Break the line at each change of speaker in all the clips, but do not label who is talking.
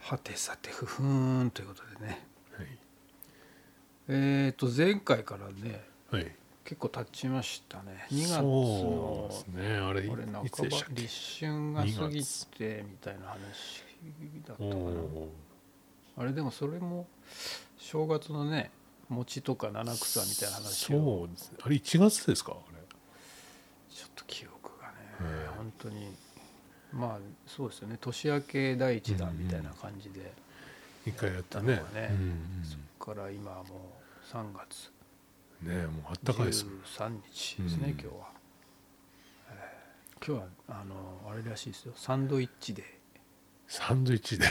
はてさてふふーんということでね
い
えっ、と前回からね
はい
結構経ちましたね2月
そ
の
うですねあれい
これ半ば
いつでしたっけ
立春が過ぎ
二
てみたいな話だったか
お
な
お
あれでもそれも正月のね餅とか七草みたいな
ー
話を
そうですねあれ1月ですかあれ
ちょっと記憶がね、
ええ
本当にまあそうですよね年明け第一弾みたいな感じで、
一回やったね
やったのがね
うん
そこから今はもう3月
うん、ねもうあったかいですもん
13日ですね、
うん
今日は、えー今日はあのあれらしいですよサンドイッチ で
サンドイッチで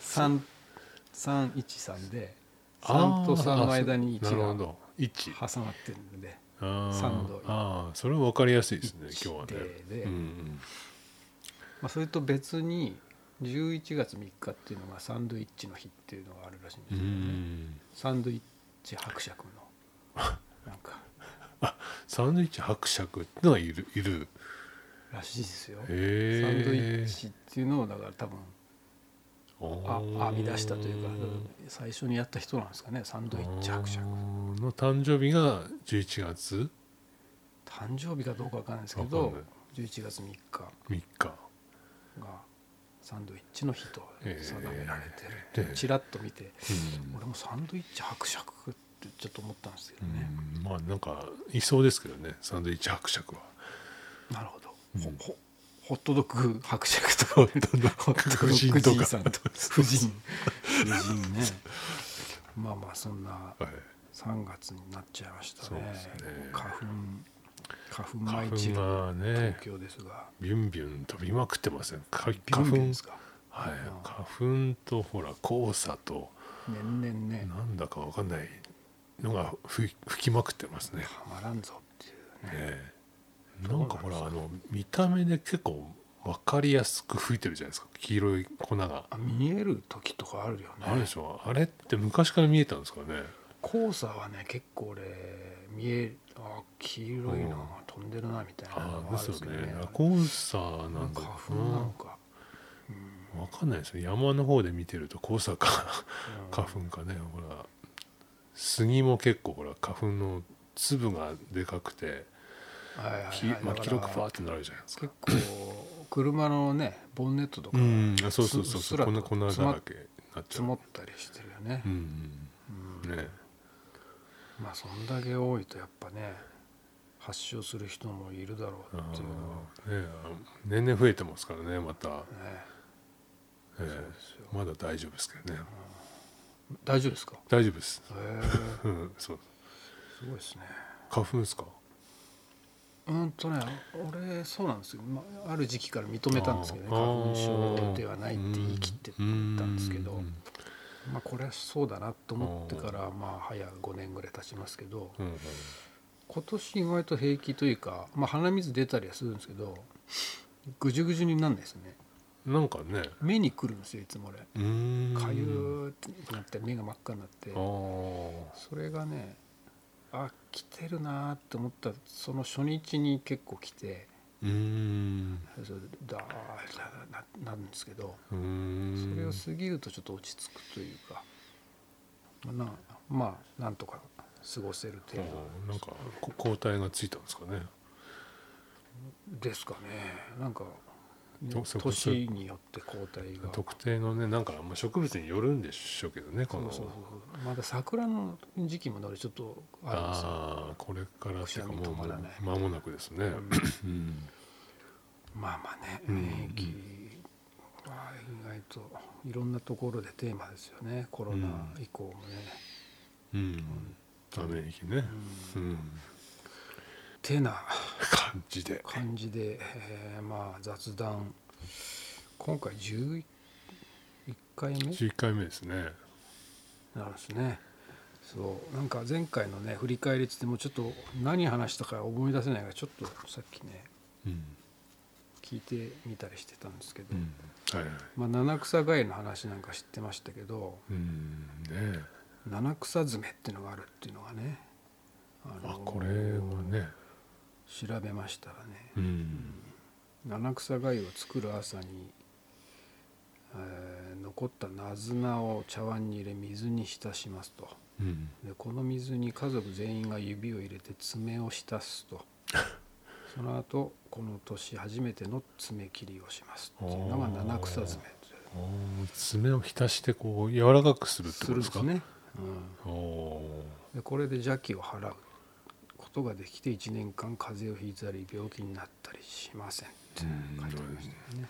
313で
あ
3と
ー
3の間に
あそうな
1
るほ
が
ど一
挟まってるんで
あー
サンドイッチ
あーそれは分かりやすいですね
一
今日はね
でで
うんうん
まあ、それと別に11月3日っていうのがサンドイッチの日っていうのがあるらしいんです
う
よね、
ん
サンドイッチ伯爵の なんから
サンドイッチ伯爵ってのがいるいる
らしいですよ、
へえ
サンドイッチっていうのをだから多分あ
あ
編み出したというか最初にやった人なんですかねサンドイッチ伯爵
の誕生日が11月
誕生日かどうかわかんないですけ
わ
ど
かんな
11月3日
3日
がサンドイッチの日と定められて
え
る
ー、で
ちらっと見て
うん
俺もサンドイッチ伯爵ってちょっと思ったんですけどね、
うんまあなんかいそうですけどねサンドイッチ伯爵は
なるほど、
うん
ほほホットドッグ伯爵と
ホットドッグ
ホットドッグじいさんと夫人夫人ねまあまあそんな
はい
3月になっちゃいました
そう
ね
ですね
花粉花粉
花
舞い散
粉
る
がね
東京ですが、
ビュンビュン飛びまくってませんか花
ビュン
粉
ビュンですか
はい
ああ
花粉とほら黄砂と
年々ね
なんだかわかんないのが吹き吹きまくってますね
たまらんぞっていうね
ええなんかほらあの見た目で結構わかりやすく吹いてるじゃないですか黄色い粉が
あ見える時とかあるよ
あれ
ね
でしょあれって昔から見えたんですかね
黄砂はね結構俺見えるあ黄色いのが飛んでるなみたいな
あ
の
あ
があ
で
るんですす
よ
よね
ね
あれ
黄砂なんだ
花粉なのか、
うんわかんないですよ山の方で見てると黄砂か
うん
花粉かねほら杉も結構ほら花粉の粒がでかくて
はいはいはい
きまあ
だから
記録ファーってなるじゃないですか
結構車のねボンネットとか
うんあそうそうそう
うっす
そう
ら
ことんな粉だらけになっちゃ
積
う
もったりしてるよね、
うんうんね
まあそんだけ多いとやっぱね発症する人もいるだろう
あ
っていうのは
ーね年々増えてますからねまた、
ね
ええ
そうですよ
まだ大丈夫ですけどね
大丈夫ですか
大丈夫です
へえ
うんそう
すごいですね
花粉ですか
うんとね俺そうなんですよ、まあ、ある時期から認めたんですけどね花粉症ではないって言い切ってたんですけど、
うん
まあ、これはそうだなと思ってからまあ早5年ぐらい経ちますけど
うんうん
今年意外と平気というか、まあ、鼻水出たりはするんですけどぐじゅぐじゅになんないですね
なんかね
目にくるんですよいつも俺
うーん
かゆーってなって目が真っ赤になって
ああ
それがねあ来てるなーって思ったその初日に結構来て
うーん
それでダーッなななんですけど
うーん
それを過ぎるとちょっと落ち着くというかなまあなんとか過ごせる
あ
程
ーなんかこ抗体がついたんですかね
度ですかねなんかね
そうそう
年によって抗体が。
特定のねなんかまあ植物によるんでしょうけどね
そ
こ
う
の
そうそうまだ桜の時期もだからちょっとあ
ああこれからっていうか
くしゃみ
もう
止まらない
間もなくですね
るんですよ、
うん
うんまあまあね
うん
免疫は意外といろんなところでテーマですよねコロナ以降もね、
うんため息ね
う
うんん
てな
感じで
感じで、えーまあ雑談今回11回目
11回目ですね
なんですねそうなんか前回のね振り返りつってもうちょっと何話したか思い出せないからちょっとさっきね
うん
聞いてみたりしてたんですけど、
うんはいはい
まあ、七草がゆの話なんか知ってましたけど
うんね
七草爪っていうのがあるっていうのがねあ
あ
の
これはね
調べましたらね
うん
七草がゆを作る朝にえー残ったナズナを茶碗に入れ水に浸しますと
うん
でこの水に家族全員が指を入れて爪を浸す とその後この年初めての爪切りをしますっていうのが
おー
七草爪
あー爪を浸してこう柔らかくするって
す
こ
る
と
ん
で
ですす
か
ね、うん、
おお
でこれで邪気を払うことができて1年間風邪をひいたり病気になったりしませんって書いてありましたよね。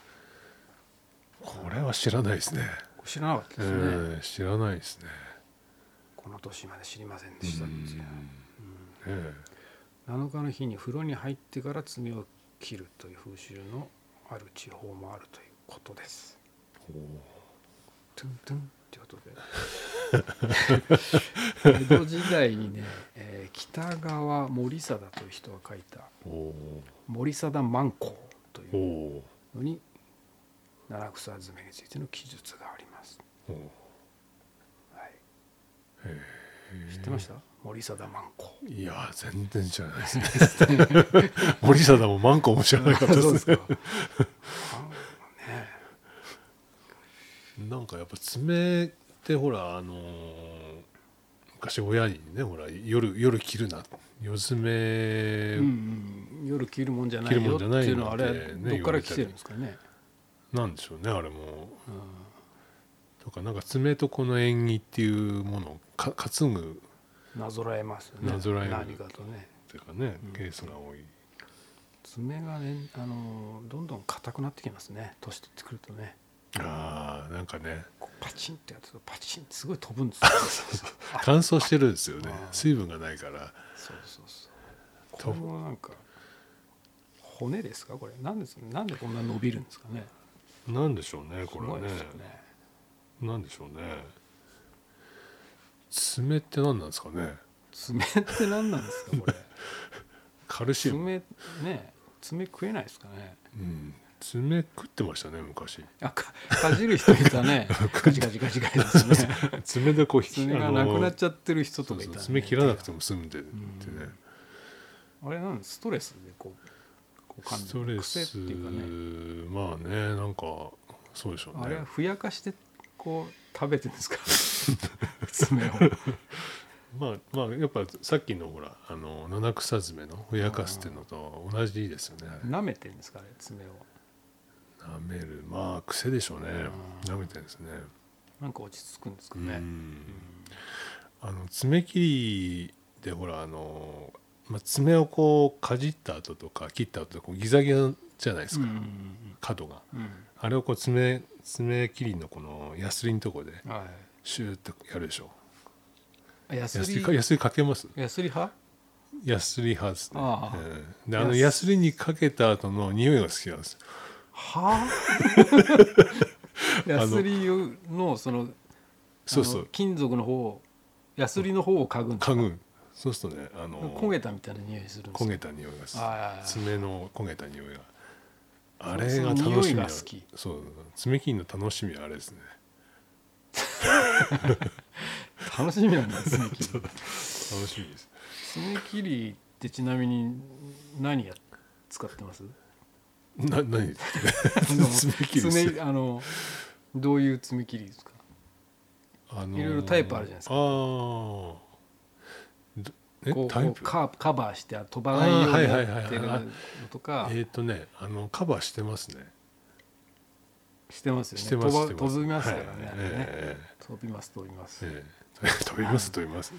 ーこれは知らないですね
これ知らなかったですね、
ええ知らないですね
この年まで知りませんでしたっていう
ね。え
7日の日に風呂に入ってから爪を切るという風習のある地方もあるということです。
おー
トゥントゥンってことで江戸時代にね、えー北川森貞という人が書いた
お
「森貞万光」という
ーお
のに七草爪についての記述があります。
ーお
はい、
え
知ってました？森貞万光。
いや全然知らないですね森下もマンコも知らなかった
そう
で
です
すね
か。あね、
なんかやっぱ爪ってほらあのー昔親にねほら夜夜切るな夜爪、
うんうん、夜着るもんじゃない
着る
よ
も
っ
ん
て
じゃない
いうのはあれ
なんてね
どっから来てるんですかね。
なんでしょうねあれも
うん、
とかなんか爪とこの縁起っていうものをか担ぐっ
なぞらえますよね。
なぞらえる
何かとね。
ていうかね、
うん
ケースが多い
爪がね、あのどんどん硬くなってきますね。年取ってくるとね、
あーなんかね
こうパチンってやつとパチンってすごい飛ぶんですよ。あ
乾燥してるんですよね
あー
水分がないから
そうそうそう。
と
これもなんか骨ですかこれ？なんですなんでこんな伸びるんですかね。
なんでしょうねこ
す
れ
ご
はいね
ですよね。
なんでしょうね爪って何なんですかね
爪って何なんですかこれ？
カルシウム
爪ね、爪食えないですかね。
うん、爪食ってましたね昔
あかかじる人いたね。ガチガチガチガチですね。
爪でこう引き
爪がなくなっ
ゃ
ちゃってる人とかいたね、
爪切らなくても済んでってね、
あれなんストレスでこうこう噛んで
ストレス
癖っていうかね。
まあねなんかそうでしょう
あれは
ね
ふやかしてこう食べてるん ですか。爪を。
まあまあやっぱさっきのほらあの七草爪のふやかすっていうのと同じですよねあれ
舐めてるんですかあれ爪を。
舐めるまあ癖でしょうね
う
舐めてるんですね
なんか落ち着くんですか
う
ね。
んあの爪切りでほらあの、まあ、爪をこうかじった後とか切った後とかこうギザギザじゃないです
うん
か、
うん
角が
うん
あれをこう爪爪切りのこのヤスリのとこで
うん。はい
シューってやるでしょ
あ。ヤス
ヤスリか
リ
ヤスリかけます
ヤスリ派？
ヤスリ派ですね
ああ
うんであのヤスリにかけた後の匂いが好きなんですよ
はあヤスリのその
そうそ
あの
う
金属の方をヤスリの方を嗅ぐんです
嗅ぐそうするとねあの
焦げたみたいな匂いするんです
焦げた匂いがする
ああ
爪の焦げた匂いがあれ
そ
が
の
楽し
匂
み
い
な
が好き
そう爪切りの楽しみはあれですね
楽しみなんだ 爪切り
楽しみです
爪切りってちなみに何や使ってます
な何 爪切りです
爪あのどういう爪切りですか
あの
いろいろタイプあるじゃないですか
あーどえ
こう
タイ
こ
プ
うカカバーして飛ばないよう
あーは
に
いはいはい
やってるのとか
えっ、とねあのカバーしてますね
してますよね
してます
飛ば
してます
飛びますからね,、
はい
あれね
え
飛びます飛びます、
えええ 飛びます飛びます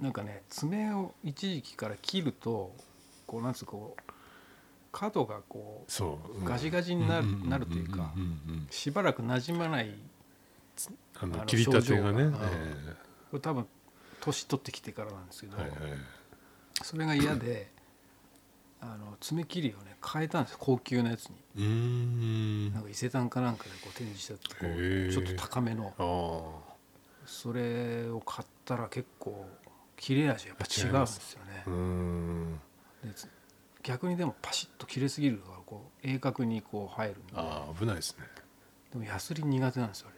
なんかね爪を一時期から切るとこうなんつうかこう角がこう
そう、うん
ガジガジになる,、
んんんんん
なるというか
んん
しばらくなじまない
あ
あ
の
の
切りたてがね
症状が
え
これ多分年取ってきてからなんですけ
え
ど、
はいはい
それが嫌であの爪切りをね変えたんですよ高級なやつに
うーん
なんか伊勢丹かなんかでこう展示してあってこ
へ
う
え
ちょっと高めの
ああ
それを買ったら結構切れ味やっぱ違うんですよね
うーん
でつ逆にでもパシッと切れすぎるからこう鋭角にこう入るんで
ああ危ないですね
でもヤスリ苦手なんですよ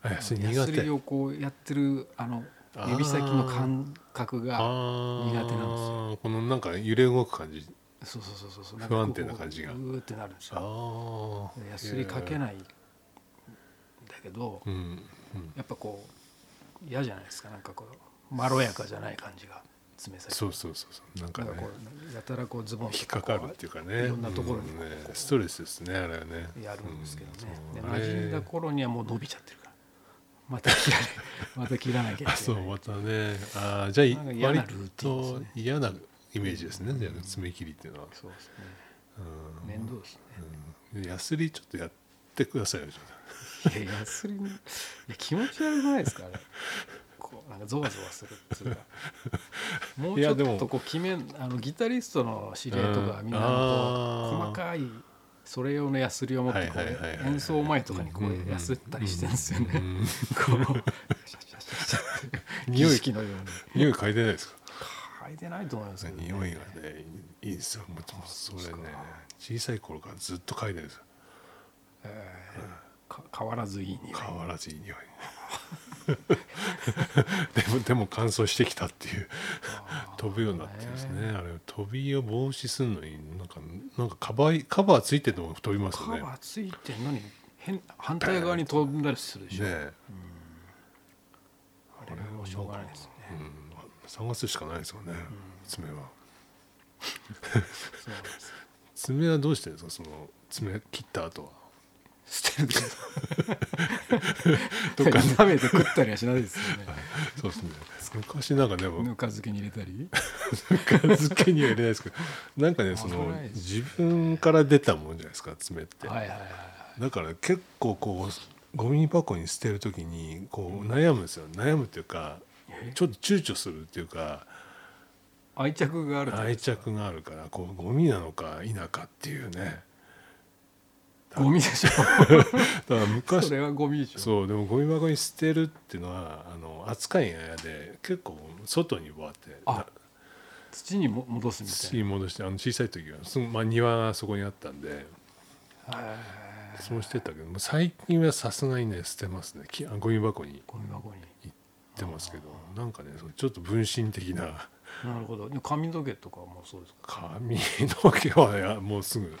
あれ
あヤスリ
ヤ
苦
ス
手
リをこうやってるあの
あー
指先の感覚が
あー
苦手なんです
このなんか揺れ動く感じ
そうそうそうそうそう
不安定な感じ
ん
が
かこううーってなるんです
あ
よ
あ
ヤスリかけ
い
ないけど、
うんうん
やっぱこう嫌じゃないですかなんかこうまろやかじゃない感じが爪先
そうそうそうそうなんか
なん
ね
かこうやたらこうズボン
引っかかるっていうかね
いろんなところに
うん
こう
ねストレスですねあれはね
やるんですけどね、
う
で
んそうあれ
馴染んだ頃にはもう伸びちゃってる からまた切られまた切らなきゃいけな
あ
い
そうまたねあーじゃあい
なんか嫌な
割
ルーティンです
と
ね
嫌なイメージですね、じゃあ爪切りっていうのは、
そうですね
うん
面倒ですね
うんヤスリちょっとやってくださいよちょっ
いやヤスリのいや気持ち悪くないですかあれこうなんかゾワゾワするって いうかもう
い
ちょ
や
っ
でも
とこう決めんあのギタリストの知り合いとか
うん
みんなこ
あー
う細かいそれ用のヤスリを持ってこ
はいはいはいは
う
い
演奏前とかにこ
うんうんうん
うヤスったりしてるんですよ
と、う
ね。 こ
ん
うシャシャシャシャって
匂い
儀式のよう に
匂い嗅いでないですか
嗅いでないと思いますけど、ね、
匂いがねいいですよもうもうそれね小さい頃からずっと嗅いでるんですよ
えーか変わらずいい匂い
変わらずいい匂い でもで も乾燥してきたっていう飛ぶようになってですねあれ飛びを防止するのになんかなんかカバーカバーついてても飛びます
カ
よねね
バーついてんのに変反対側に飛んだりするでしょ、
え
あれはもうしょうがないですね
うん探すしかないですよね爪は
そうなんです
爪はどうしてるんですかその爪切った 後は
捨てるけ ど舐めて食ったりはしないですよね
そうですね昔なんかね
ぬか漬けに入れたり
ぬか漬けには入れないですけどなんかねその
危ないです
自分から出たもんじゃないですか爪って、
はいはいはい
だから結構こうゴミ箱に捨てる時にこう悩むんですよ悩むっていうか
え
ちょっと躊躇するっていうか
愛着があると
愛着があるからこうゴミなのか否かっていうね
ゴミでしょ
だから昔
それはゴミでしょ
そうでもゴミ箱に捨てるっていうのはあの扱いが嫌で結構外にわって
あ土にも戻すみ
土
たい
に戻してあの小さい時はすぐ、まあ、庭がそこにあったんで
なはいはいはい
そうしてたけどもう最近はさすがにね捨てますねきあゴミ箱に
ゴミ箱に
行ってますけどなんかねそのちょっと分身的な
なるほどで髪の毛とかもそうですか
髪の毛はいやもうすぐ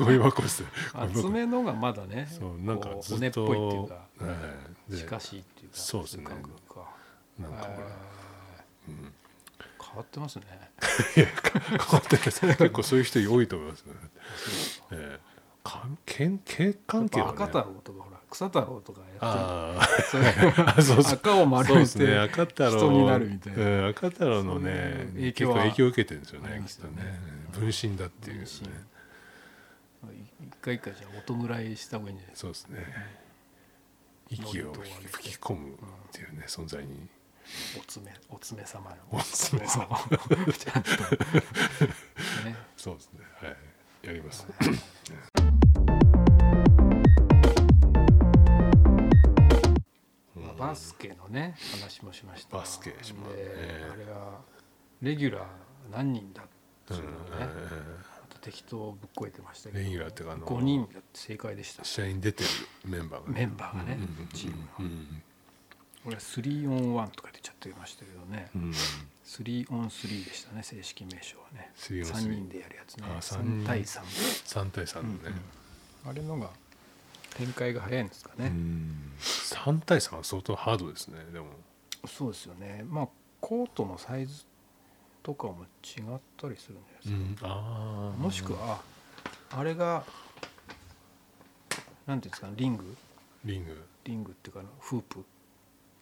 ゴミ箱捨てゴ
あ
ミ箱
爪のがまだね
そうなんか
こう
ず
骨
っ
っぽ
と
いっていうか
はいで
近しいっていうか
そうですね
い感覚か
なんかほら
えー変わってますね
いやか変わってないです結構そういう人多いと思いますね。ええ関係血関係は、ね、
赤太郎とかほら草太郎とかやっ
あー
てるそれ
あそうそう
赤を丸
そうで
め
すね
て
赤太郎
人になるみたいな
うん、赤太郎の
そうい
ね
う影響
影響結
は
構影響を受けてるんですよ
あり
ね
ま
きっ
す
と
よ
ね
ね
分身だっていうね
分身い一回一回じゃあ音ぐらいした方がいいんじゃないですか
そうですね息を吹き込むっていうね存在に
お爪お爪様の
お爪様
ちゃんとね
そうですねはいやります
まあバスケのね話もしました
バスケしま
で、
すね
あれはレギュラー何人だって
う
い
ん
うのね、あと適当ぶっこいてましたけど
レギュラーっていうかあの
5人だって正解でした
試合に出てるメンバーが
メンバーがね、チームの、
うん
俺は3 on 1とか出ちゃってましたけどね、
うん
3 on 3でしたね正式名称はね
3on3
3人でやるやつね
あ三人
3対3
3対3のね、
あれのが展開が早いんですかね、
うん3対3は相当ハードですねでも
そうですよねまあコートのサイズとかも違ったりするんじゃないですか、
ああ
もしくはあれがなんていうんですかリング
リング
リングっていうかあのフープっ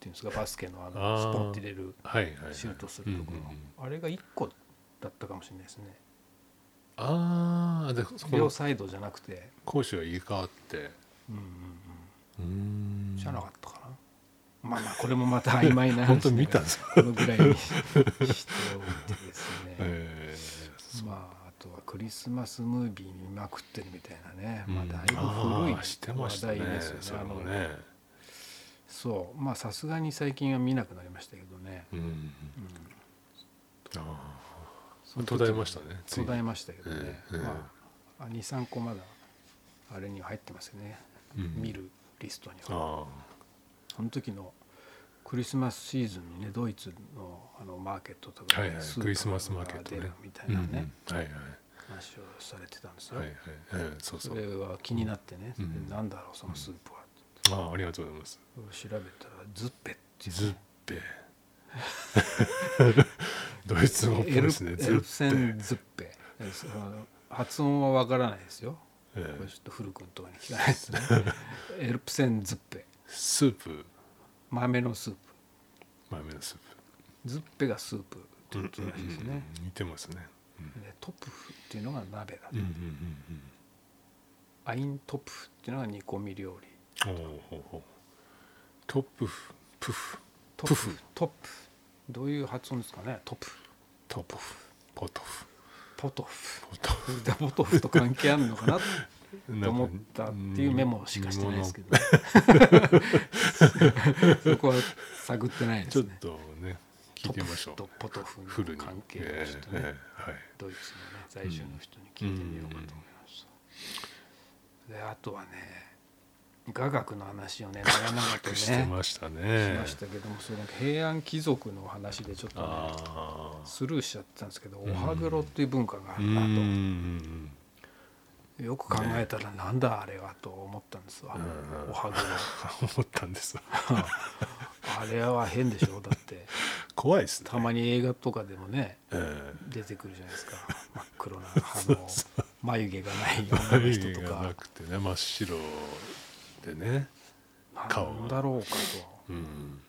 ていうんですかバスケのあ
あ
の
ー
スポンって入れる
はいはい、はい、
シュートするところ、
うんうんうん
あれが1個だったかもしれないですね
ああでそこ
両
の
サイドじゃなくて
攻守が入れ替わって
うんうん
うーん
うんじゃなかったかな、まあまあこれもまた曖昧な話
本当見たん
だ
です
か
から
このぐらいにしておいてです ね、
え
まああとはクリスマスムービー見まくってるみたいなね、
え
まあだいぶ古い
ああしてま
話
したね
題ですよね
それ
あの
もね
そうまあさすがに最近は見なくなりましたけどね、
うん、
うん、
あ
そ
あ
の
途
時
絶えましたねつい
途
に
絶えましたけどね、
ええ
まあ、23個まだあれには入ってますよね、
うん
見るリストには
あ
その時のクリスマスシーズンにねドイツのあのマーケットとかね、
あはいはい
スーパーとか
クリスマスマーケット
が出
ね
るみたいなね、
うんうんはいはい
話をされてたんですよ、
はいはい、ええそうそ
そうれは気になってね、
うん
なんだろうそのスープは、
ああありがとうございます
調べたらズッペっていう
ズッペ ドイツ語っぽいですね
エ
ズ
ルプセ
ッペ
ンズッペえその発音はわからないですよ
え
これ
え
ちょっと古くんとかに聞かないで すねエルプセンズッペ
スープ
豆のスープ
豆のスープ
ズッペがスープって言ってるらしいですね、
似てますねうん
でトプフっていうのが鍋だ、
うんうん
アイントプフっていうのが煮込み料理
うんうんおうほうほうトップフプフ
ト
プ
プ
フ
トップどういう発音ですかねトプ
トップフポトフ
ポトフ
ポトフ
ダポトフと関係あるの かなと思
な
っ
んか
たっていうメモしかしてないですけど そこは探ってないで
ちょ
す
っ
ね
とね聞いてみましょう
トプフとポトフ
フル
の
に
関係を
え
ちょっと
え
ね、
ええはい
ドイツのね在住の人に聞いてみようかと思いました、であとはね雅楽の話をね長々 とね
し
してま
ましたね
したけどもそれなんか平安貴族の話でちょっとね
ああ
スルーしちゃったんですけどお歯黒っていう文化があ
う
る
んう
なと、
ん
よく考えたらなんだあれはと思ったんですわ、
うん
おはぐろ
思ったんです
あれは変でしょだ って
怖いですね
たまに映画とかでもね
え
出てくるじゃないですか真っ黒な歯の眉毛がない
え
女の人と
眉毛がな
か
くてね真っ白でね顔
なんだろうか
うん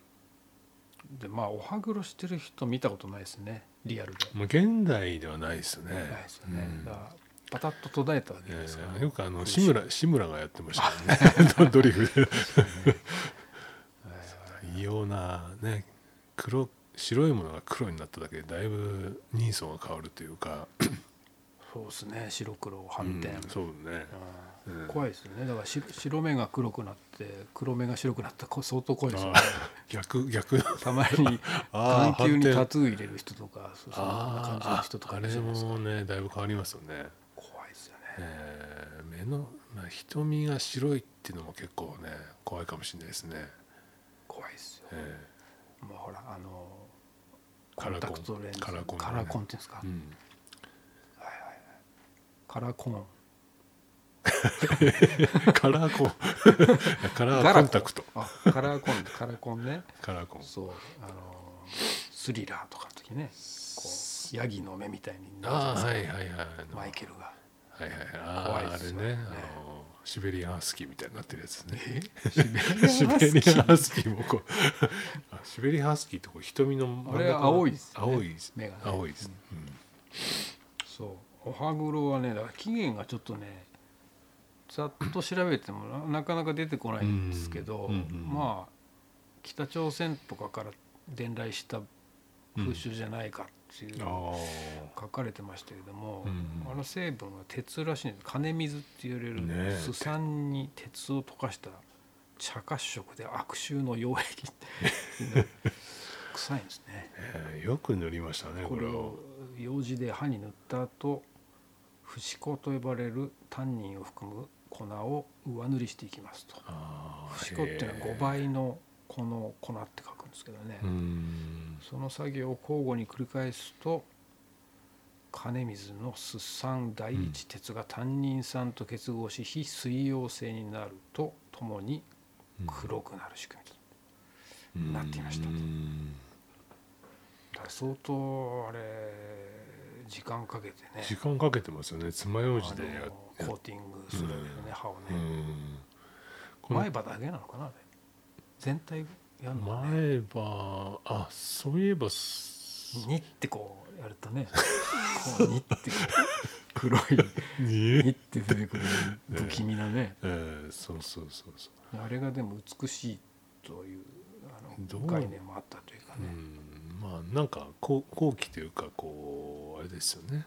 とでまあおはぐろしてる人見たことないですねリアルで、
もう現代ではないですね
ないですよね、
うん
だからパタッと途絶えたわけですから、
ええよくあの志村志村がやってましたよ ねドリフで異様なね黒白いものが黒になっただけでだいぶ人相が変わるというか
そうですね白黒反転、
うんそうね
うん
うん
怖いですよねだからし白目が黒くなって黒目が白くなったらこ相当怖いですよね
あ逆逆
たまに
あー
眼球に
反転
タトゥー入れる人とかそうそんな感
あ
じ
あ
の人とか
あ
いる
れ
じゃないですか
もねだいぶ変わりますよね、
怖いですよね
えー目の、まあ、瞳が白いっていうのも結構ね怖いかもしれないですね、
怖いですよ
え
もうほらあのコ
カ
ン
ラコ
タ
ン
クトレンズ
カラコン
カラコンっていうんですか
ーうん、
カラコン
カラーコン カラーコンタクト
あカラーコンカラコンね
カラーコン
そうあのスリラーとかの時ねこうヤギの目みたいになるじゃ
ああ
な
はいい
で
はいはい
すかマイケルが
はいはいあ
怖い
あ
っ
あ
す
れ
よ
ね
ね
あのシベリアンハスキーみたいになってるやつね
シベ
シベ
リ
リア
ア
ン
ンハ
ハ
ス
スキーもこうあシベリアンハスキーってこう瞳の真ん中
あれは青いですね
青いです
目がね
青いです、
そうお歯黒はねだから期限がちょっとねざっと調べてもななかなか出てこないんですけど、
うんうんうん
まあ北朝鮮とかから伝来した風習じゃないかっていう、
うん、あ
書かれてましたけども、
うんうん
あの成分は鉄らしいんです金水って言われ
ね
る
え
すさんに鉄を溶かした茶褐色で悪臭の溶液って いうの臭いんですね。
あ、えーよく塗りましたね
こ
こ
れ
れ
を
を
用紙で歯に塗った後不死粉と呼ばれるタンニンを含む粉を上塗りしていきますと
ああ
不死粉っていうのは5倍のこの粉って書くんですけどね、
へーうん
その作業を交互に繰り返すと金水のすさん第一鉄がタンニン酸と結合し非水溶性になるとともに黒くなる仕組みになっていました
うん
だから相当あれ時間かけてね
時間かけてますよね爪楊枝でや
あのコーティングするわけでね、歯をね、
うんこの
前歯だけなのかなあれ全体やるのかね
前歯あそういえばす
ニってこうやると ねこうニってこう黒いニ
に
って出てくる不気味なね
えー、そうそうそうそう
あれがでも美しいというあ
ど
の
う
概念もあったというか
う
ね、
んまあなんか後後期というかこうあれですよね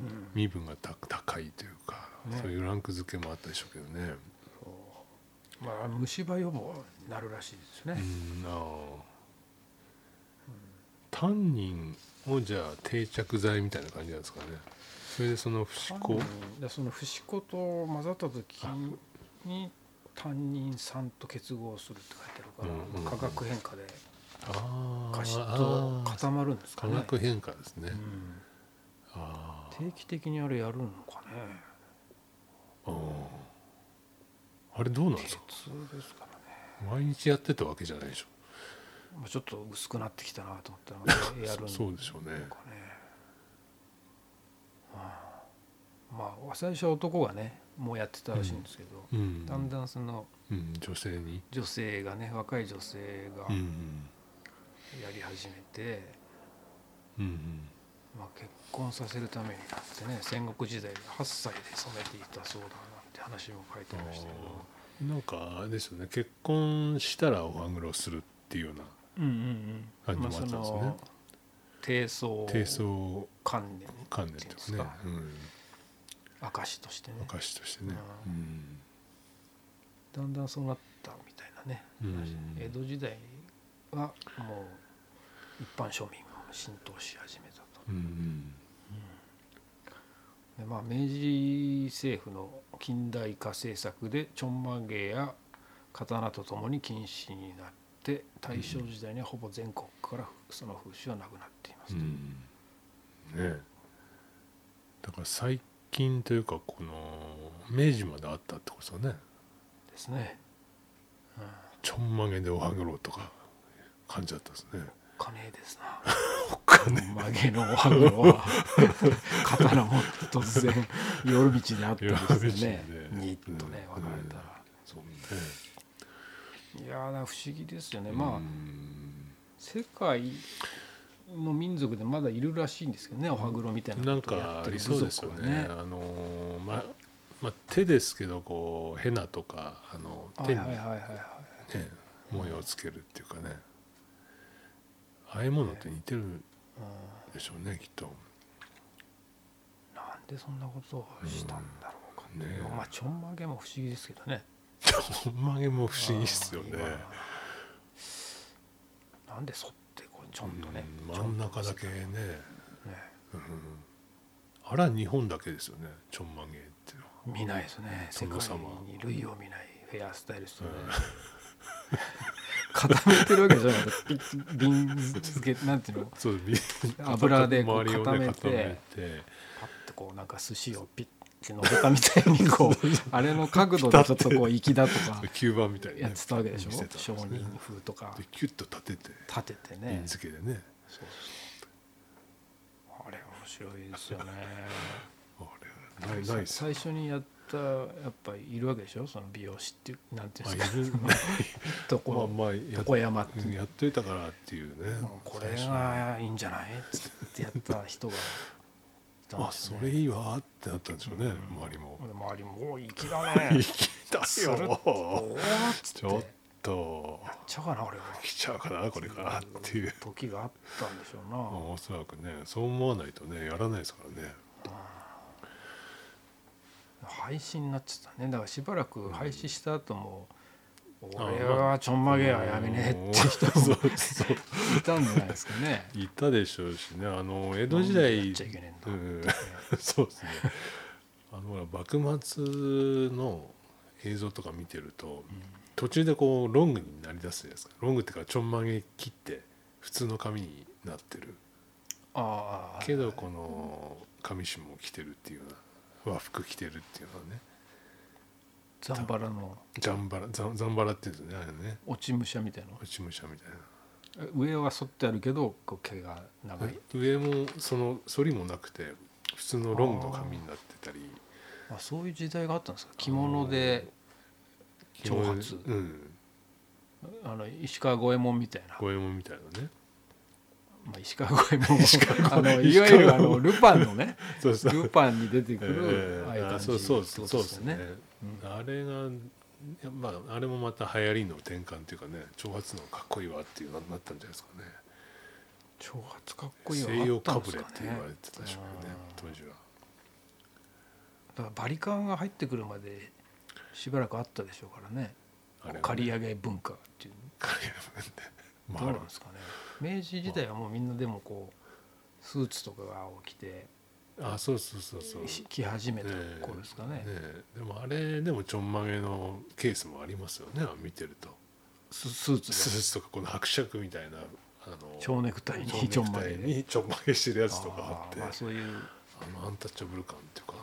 うん
身分がた高いというか、
ね
そういうランク付けもあったでしょうけどね
そうまあ虫歯予防になるらしいですね、
うんああタンニンをじゃあ定着剤みたいな感じなんですかねそれでその不死
単
粉
にでその不死粉と混ざった時にタンニン酸と結合するって書いてあるから、
うんうんうん
化学変化で
ああ
カシッと
ああ
固まるんですか
化
ね、
学変化ですね、
うん
ああ
定期的にあれやるのかね
あああれどうなんですか
鉄ですからね
毎日やってたわけじゃないでしょ
まあちょっと薄くなってきたなと思ったらまたやるん
そうそうでしょうね
なんかねうんまあ最初は男がねもうやってたらしいんですけど、
うん
だんだんその
うん、女性に
女性がね若い女性が
うん
やり始めて、
うんうん
まあ、結婚させるためになってね戦国時代8歳で染めていたそうだなって話も書いてましたけど
うんなんかあれですよね結婚したらお歯黒するっていうような
うんうん
感じもあ
ま
っ
あ
た
そ
んですね
の低層
低層
観念
観念というかね
って証としてね
うん、証としてね、うん
だんだんそうなったみたいなね、話
うん
江戸時代はもう一般庶民が浸透し始めたと
うん
でまあ、明治政府の近代化政策でちょんまげや刀とともに禁止になって大正時代にはほぼ全国からその風習はなくなっています
う
と、
んねだから最近というかこの明治まであったってことだね
ですね、うん、
ちょんまげでお歯黒とか感じだったんですね
金ですな
お金
曲げのおはぐろは刀持って突然夜道であったん
夜
で
道
すよね
で
ニッとね
う
分
ん
かれたら、
そうね
いやーなんか不思議ですよねまあ、
うん
世界の民族でまだいるらしいんですけどねおはぐろみたいな
なん
ことをや
か
っ
あ
てる
り
部
そう
族
ですよ
は
ねあのーままあ手ですけどこうヘナとかあの
はい
手に
はいはい
ね
はいはい
模様をつけるっていうかねああいうものって似てる
うん
でしょうねきっと
なんでそんなことをしたんだろうかね
うんね
まあちょんまげも不思議ですけどね
ちょんまげも不思議っすよね
あーなんでそってこうちょんとね
うん真ん中だけね、
ね
うん、あら日本だけですよねちょんまげっていうのは
見ないですね世界
殿様
に類を見ないヘアスタイルですよね、 固めてるわけじゃなくてピッ瓶漬けなんていうの
そうみ
油でこう
周りをね
固めて
固めて
パッとこうなんか寿司をピッてのせたみたいに こうあれの角度でちょっとこう粋だとか
吸盤みたいに
や
ね
ってたわけでしょ
見せたんです
商
ね
人風とか
でキュッと立てて
立ててね
瓶付けでね
そうそうあれ面白いですよね
あれないないです
最
よ
初にやったやっぱりいるわけでしょその美容師っていうなんていうんですか、
ま
とこ
あ
ろ、
まあやっ
床山って
やっといたからっていうね
もうこれがいいんじゃないっつってやった人がいたん
あ
です
そ
よ
れ
ね。
いいわってなったんでしょうね周りも
で周りも「おい粋だね」
行き
す
た
ると
よ
おーっつって
ちょっと
やっちゃうかな俺は」
来ちゃうかなこれからっていう
時があったんでしょうな、
まあおそらくねそう思わないとねやらないですからね
廃止になっちゃったねだからしばらく廃止した後も「
あ
俺はちょんまげはやめねえ」って人も
そうそう
いたんじゃないですかね。
いたでしょうしねあの江戸時代
やっちゃいけねえ
うん
だ
ん そうですねあのほら幕末の映像とか見てると、途中でこうロングになりだすじゃないですかロングっていうかちょんまげ切って普通の髪になってる
ああ
けどこの紙紐を着てるっていうような和服着てるっていうのはね
ザンバラの
ジャンバラザンザンバラっていうんですよねあれね
落ち武者みたいな
落ち武者みたいな。
上は剃ってあるけどこう毛が長い、
上もその反りもなくて普通のロングの髪になってたり
あそういう時代があったんですか着物で長髪
うん
あの石川五右衛門みたいな、
五右衛門みたいな ね
まあ、石川五右衛門あのい
石
わゆ
川五右衛門
るあのルパンのね
そうそう
ルパンに出てく
え
る
え
ああいう感じ
そうそう
って
そう
こと
そう
で
ですす
よ
ね
ね、
あれがいやまああれもまた流行りの転換っていうかね長髪の方がかっこいいわっていうのになったんじゃないですかね
長髪かっこいい
西洋
か
かぶれって言われてたでしょうね当時は
だからバリカンが入ってくるまでしばらくあったでしょうからね
あれはね
刈り 上げ文化っていう
刈り上げ
どう
もね
なんですかね明治時代はもうみんなでもこうスーツとかが着て
まああそうそうそうそう
し着始めた
ええ
頃ですかね
ねえでもあれでもちょんまげのケースもありますよね見てると
ススー
ス
ツ
ーツとかこの伯爵みたいなあの
で蝶ネクタイにちょんまげ
蝶ネクタイにちょんまげしてるや
あ
つとかあって
ーまあそういう
あのアンタッチャブル感っていうか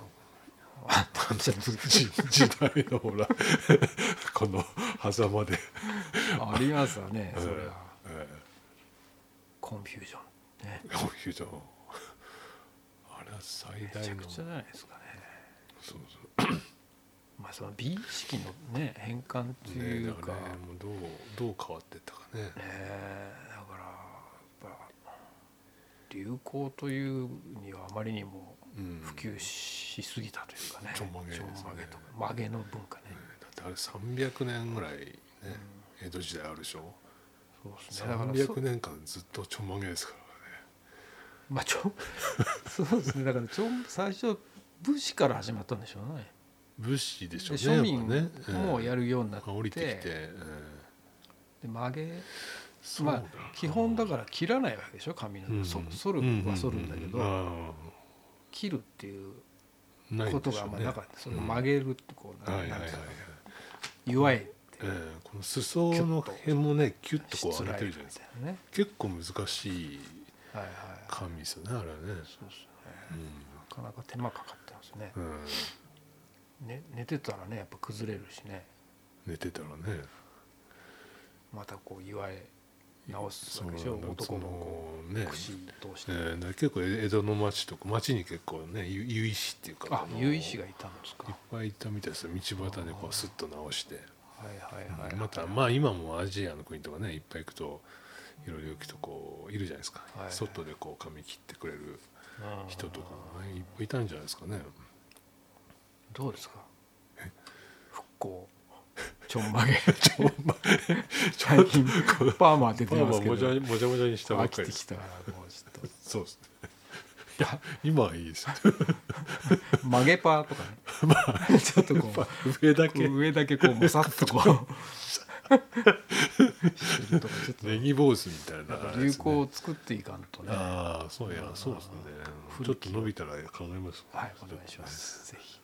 ちょっと
じ 時代のほら この狭間で、
ありますわね
え
それは
え
コンフュージョンね
コンフュージョンあれは最
め
大
ちゃ
の
くちゃじゃないですかね
そうそう
まあその美意識のね変換と
ね
いう
だか
から
ねもうどうどう変わってったかね
ねえだからやっぱ流行というにはあまりにも
うん
普及しすぎたというかね、
ちょんまげです
ちょ
ね
んまげとか曲げの文化ね、
だってあれ300年ぐらいね、江戸時代あるでしょ
そうですねだからそ
300年間ずっとちょんまげですか
まあちょ そうですねだからちょん最初武士から始まったんでしょうね
らね物資でしょ
で庶
うね
民
やっぱね
もやるようになっ
うん降りてきて、
て
うん
で曲げ
そう
ま
だ
あ基本だから切らないわけでしょ髪の毛、そ剃るは剃るんだけど、
う
切るっていう
うんないん
こと
でし
が
ょ
あ
うん
ま
ね
りなかった、その
うん
曲げるってこうな,、
はいはいはい
なんてい
はい
うの弱いって
ええこの裾の辺もねキュッとこう
失
上げて
礼
る
み
じゃ
た
ないいですか
なね
結構難しい
はいはい
紙ですよねあれね
そうですねなかなか手間かかってますね
う、ん、うん、
ね寝てたらねやっぱ崩れるしね
寝てたらね
またこう祝い直す
そ
わ
う
け
なん
でし
だ
ょ男のこ
そのね
う串通して、
ええだから結構江戸の町とか町に結構ねゆ由緒っていうか
あ
の
結石がいたんですか
いっぱいいたみたいですよ道端でこうスッと直して
はいはいはい
またまあ今もアジアの国とかねいっぱい行くといろいろきとこういるじゃないですか、
はい
外でこう髪切ってくれる
うん
人とかねいっぱいいたんじゃないですかね
どうですか復興 ちょんまげちょんまげ 最近パーマ出て
パーマ
ますけ
もじゃ
ど
もじゃもじゃにしたばっ
飽
か
き
り
て
で
き
す
たからもうちょっ
そうですね
といや
今はいいですよ
曲げパーとかね、 ちょっと こう
上だけ
上だけこうもさっとこ うするとかちょっと
ネギ坊主みたいなやつね、
流行を作っていかんとねは
ああそうやそうですねちょっと伸びたら考えます
いお願いしますぜひ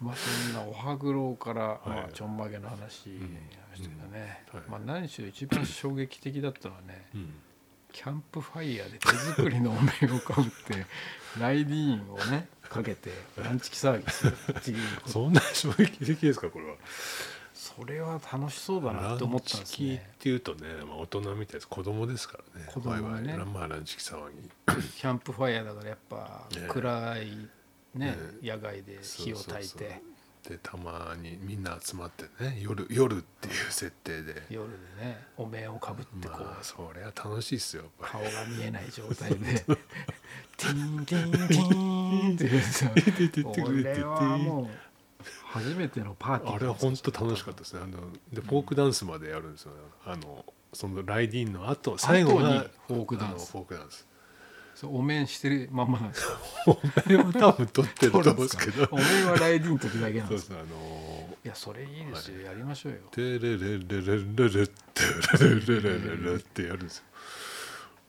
まあそんなお歯黒から、まあ、ちょんまげの話になりましたけどね、
うんはい
まあ、何しろ一番衝撃的だったのはね
うん
キャンプファイヤーで手作りのお面をかぶ ってライディーンをねかけてランチキ騒ぎするっていうこと
そんな衝撃的ですかこれは
それは楽しそうだなと思ったん
ラン
です
チキっ
ね
ていうとね、まあ、大人みたいです子供ですからね
子供ね
ワイワイランまあランチキ騒ぎ
キャンプファイヤーだからやっぱ
ね
暗いね
ね
野外で火を焚い
そうそう
て
そうでたまにみんな集まってね夜夜っていう設定で
夜でねお面をかぶってこう
まあそりゃ楽しいっすよやっぱ
顔が見えない状態で 「ティンティンティン」って言うんですよ
ティンティンティンティンティン
これはもう初めてのパーティー
りあれは本当楽しかったですねあのでフォークダンスまでやるんですよ、ねあのそのライディーンの後最後
に
が
フォークダンス
あのフォークダンス
そうお面してるまんまなんですよ
あれは多分撮ってると思うんですけど
お面はライディーンの時だけなん
そう
で
ですすねあの
いやそれいいですよやりましょうよ
「テレレレレレレテレレレレレ」ってやるんですよ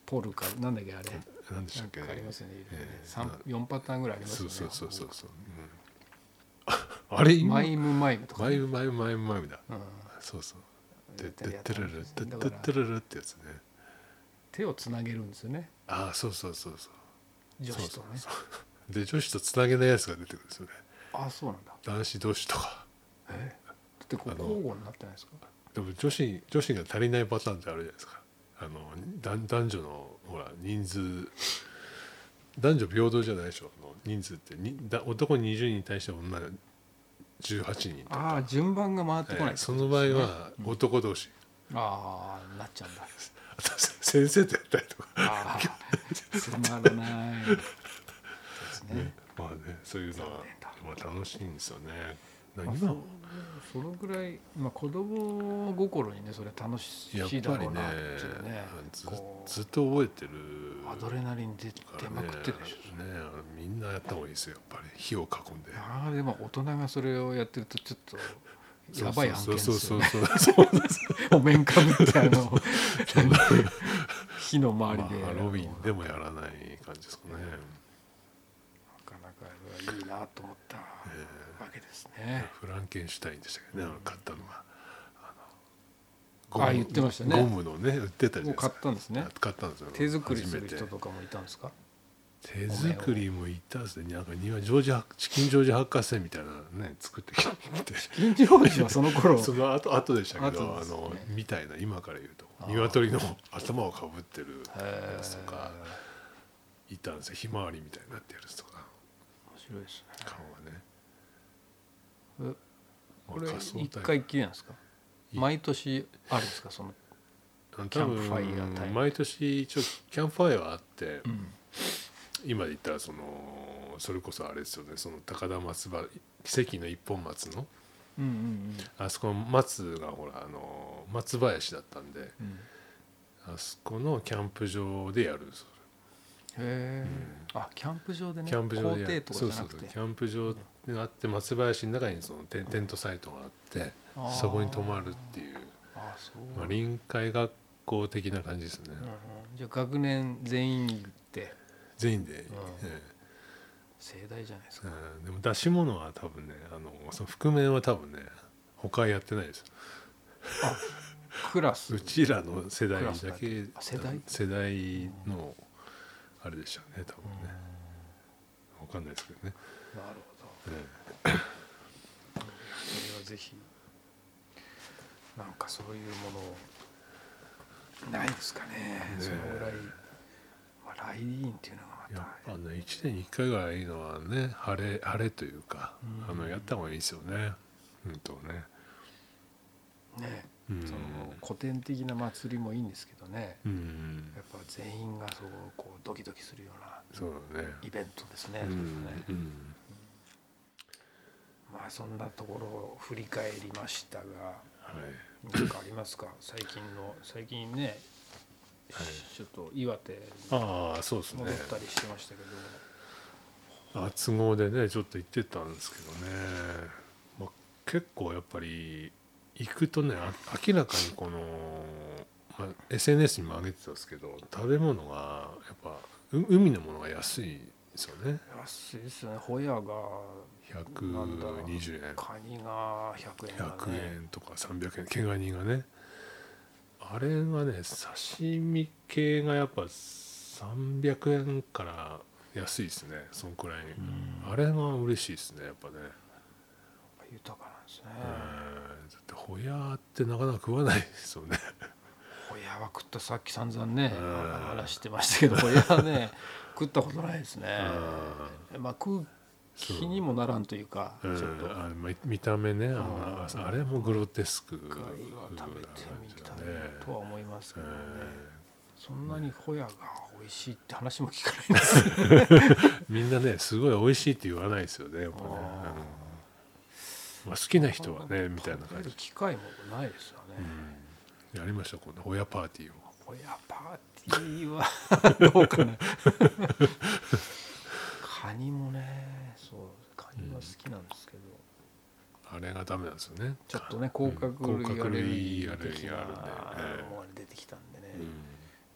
ポルカなんだっけあれ
何で
な
した
ん
っけ
かありますよね
ええ
4パターンぐらいあります
そ
よ
う
ね
そうそうそうそう、うん、あれ今
マイムマイムとか
マイムマイムマイムマイムだ、
うん
そうそう
やっ
てって
たりやった
て
り
る
で
る
す
て
ね
って
だから
てるるってやつね
手をつなげるんですよね
ああそうそうそうそう
女子とね
そうそうそうで女子とつなげないやつが出てくるんですよね
あそうなんだだ
男子同士とか
ってこう
あの
交互になってないですか
でも女子女子が足りないパターンってあるじゃないですかあの男男女のほら人数男女平等じゃないでしょあの人数ってにだ男20人に対して女18人とか
ああ順番が回ってこない、
ええその場合は男同士、
ああなっちゃうんだ
あと 先生とやったりとか
ああつまらないですね
まあねそういうのは
残念だ
まあ楽しいんですよね。な今
そのぐらい、まあ、子供心にねそれ楽し
やっ
いだ
ぱ
ろ
り
う
ね
なっていうね
ず
こ
ずっと覚えてる
うアドレナリン出て
からね
まくってるでしょ
ねあのみんなやった方がいいですよやっぱり火を囲んで。
ああでも大人がそれをやってるとちょっとやばい案件です
そう
よ
そう
ね
そうそうそうです
お面かぶってあの火の
まあ
周りで、
ロビンでもやらない感じですかね。
なかなかあれはいいなと思ったわけですね。
フランケンシュタインでしたけどねあの買ったのが。あの
あ言ってましたね
ゴムのね売ってたり
もう買ったんですね。
買ったんですよ
手作りする
初め
人
て
とかもいたんですか。
手作りもいたですねなんか庭ジョージ博チキンジョージ博士みたいなのね作ってき て
金城寺はその頃
その後後でしたけど、
後
あ
ですね
のみたいな今から言うと
あー
鶏の頭をかぶってる
へ
やつとか
ー
いたんですよひまわりみたいになってるやつとか
面白いですね
顔がね
え
まあ
これ
仮想大
一回きりなんですか
い
毎年あるんですかその
多分
キャンプファイヤータイム
毎年一応キャンプファイヤーはあって、
うん
今で言ったらそのそれこそあれですよねその高田松葉奇跡の一本松の
うんうん
あそこの松がほらあの松林だったんで
うんうん
あそこのキャンプ場でやるんですよ
へえあキャンプ場でね
キャンプ場で
校
や
庭
る
とかじゃなく
そうそうそう
て
キャンプ場があって松林の中にそのテンテントサイトがあって
あー
そこに泊まるっていう、
あそう
まあ、臨海学校的な感じですね、
なるほどじゃあ学年全員って
全員で、え
盛大じゃないです
え
か
うんでも出し物は多分ねあのその覆面は多分ね他やってないです
クラス
うちらの世代だ
クラ
け
あ世代
世代のあれでしたね多分ね分かんないですけどね、
なるほど
え
それはぜひなんかそういうものないですかね
え
そのぐらい、まあ、ライディーンっていうの
えや
が
っ
ま
ぱね1年に1回ぐらいいいのはね晴れ晴れというか、
うん
あのやった方がいいですよねうんとね
たね
うん
その古典的な祭りもいいんですけどね
うん
やっぱ全員がそうこうドキドキするような
そうだね
イベントですね,、
うん
ね
うん
まあそんなところを振り返りましたが
はい
何かありますか最近の最近ね、ちょっと岩手に
ああそうですね
戻ったりしてましたけど、
あ都合でねちょっと行ってたんですけどね、まあ、結構やっぱり行くとねあ明らかにこの、まあ、SNS にも上げてたんですけど食べ物がやっぱう海のものが安いですよね
安いですよねホヤがなんだ
120円
カニが100円だね
100円とか300円毛ガニがねあれがね刺身系がやっぱ300円から安いですねそのくらいに
ん
あれが嬉しいですねやっぱね
豊かなんですね、
うんだってホヤってなかなか食わないですよね
ホヤは食ったさっき散々ね、
うん
話してましたけ どホヤはね食ったことないですね、まあ食う気にもならんというか
うん
ちょっと、
あのま見た目ねあのあれもグロテスク
一回は食べてみたいなとは思いますけどね、そんなにホヤが美味しいって話も聞かないん ですよ
みんなねすごい美味しいって言わないですよねやっぱね、うん
あ
まあ、好きな人はねみたいな
食
感
べ
じ
る機会もないですよね、
うんやりましたこの親パーティーを
ホヤパーティーは どうかなカニもねそうカニは好きなんですけど、
あれがダメなんですよね
ちょっとね甲殻
うん甲殻
類
類
ア
ア
レ
レ
ル
ル
ギー
ギー
が
が
あ
あ
るん
る
で
んでね
ものが出てきたんでね、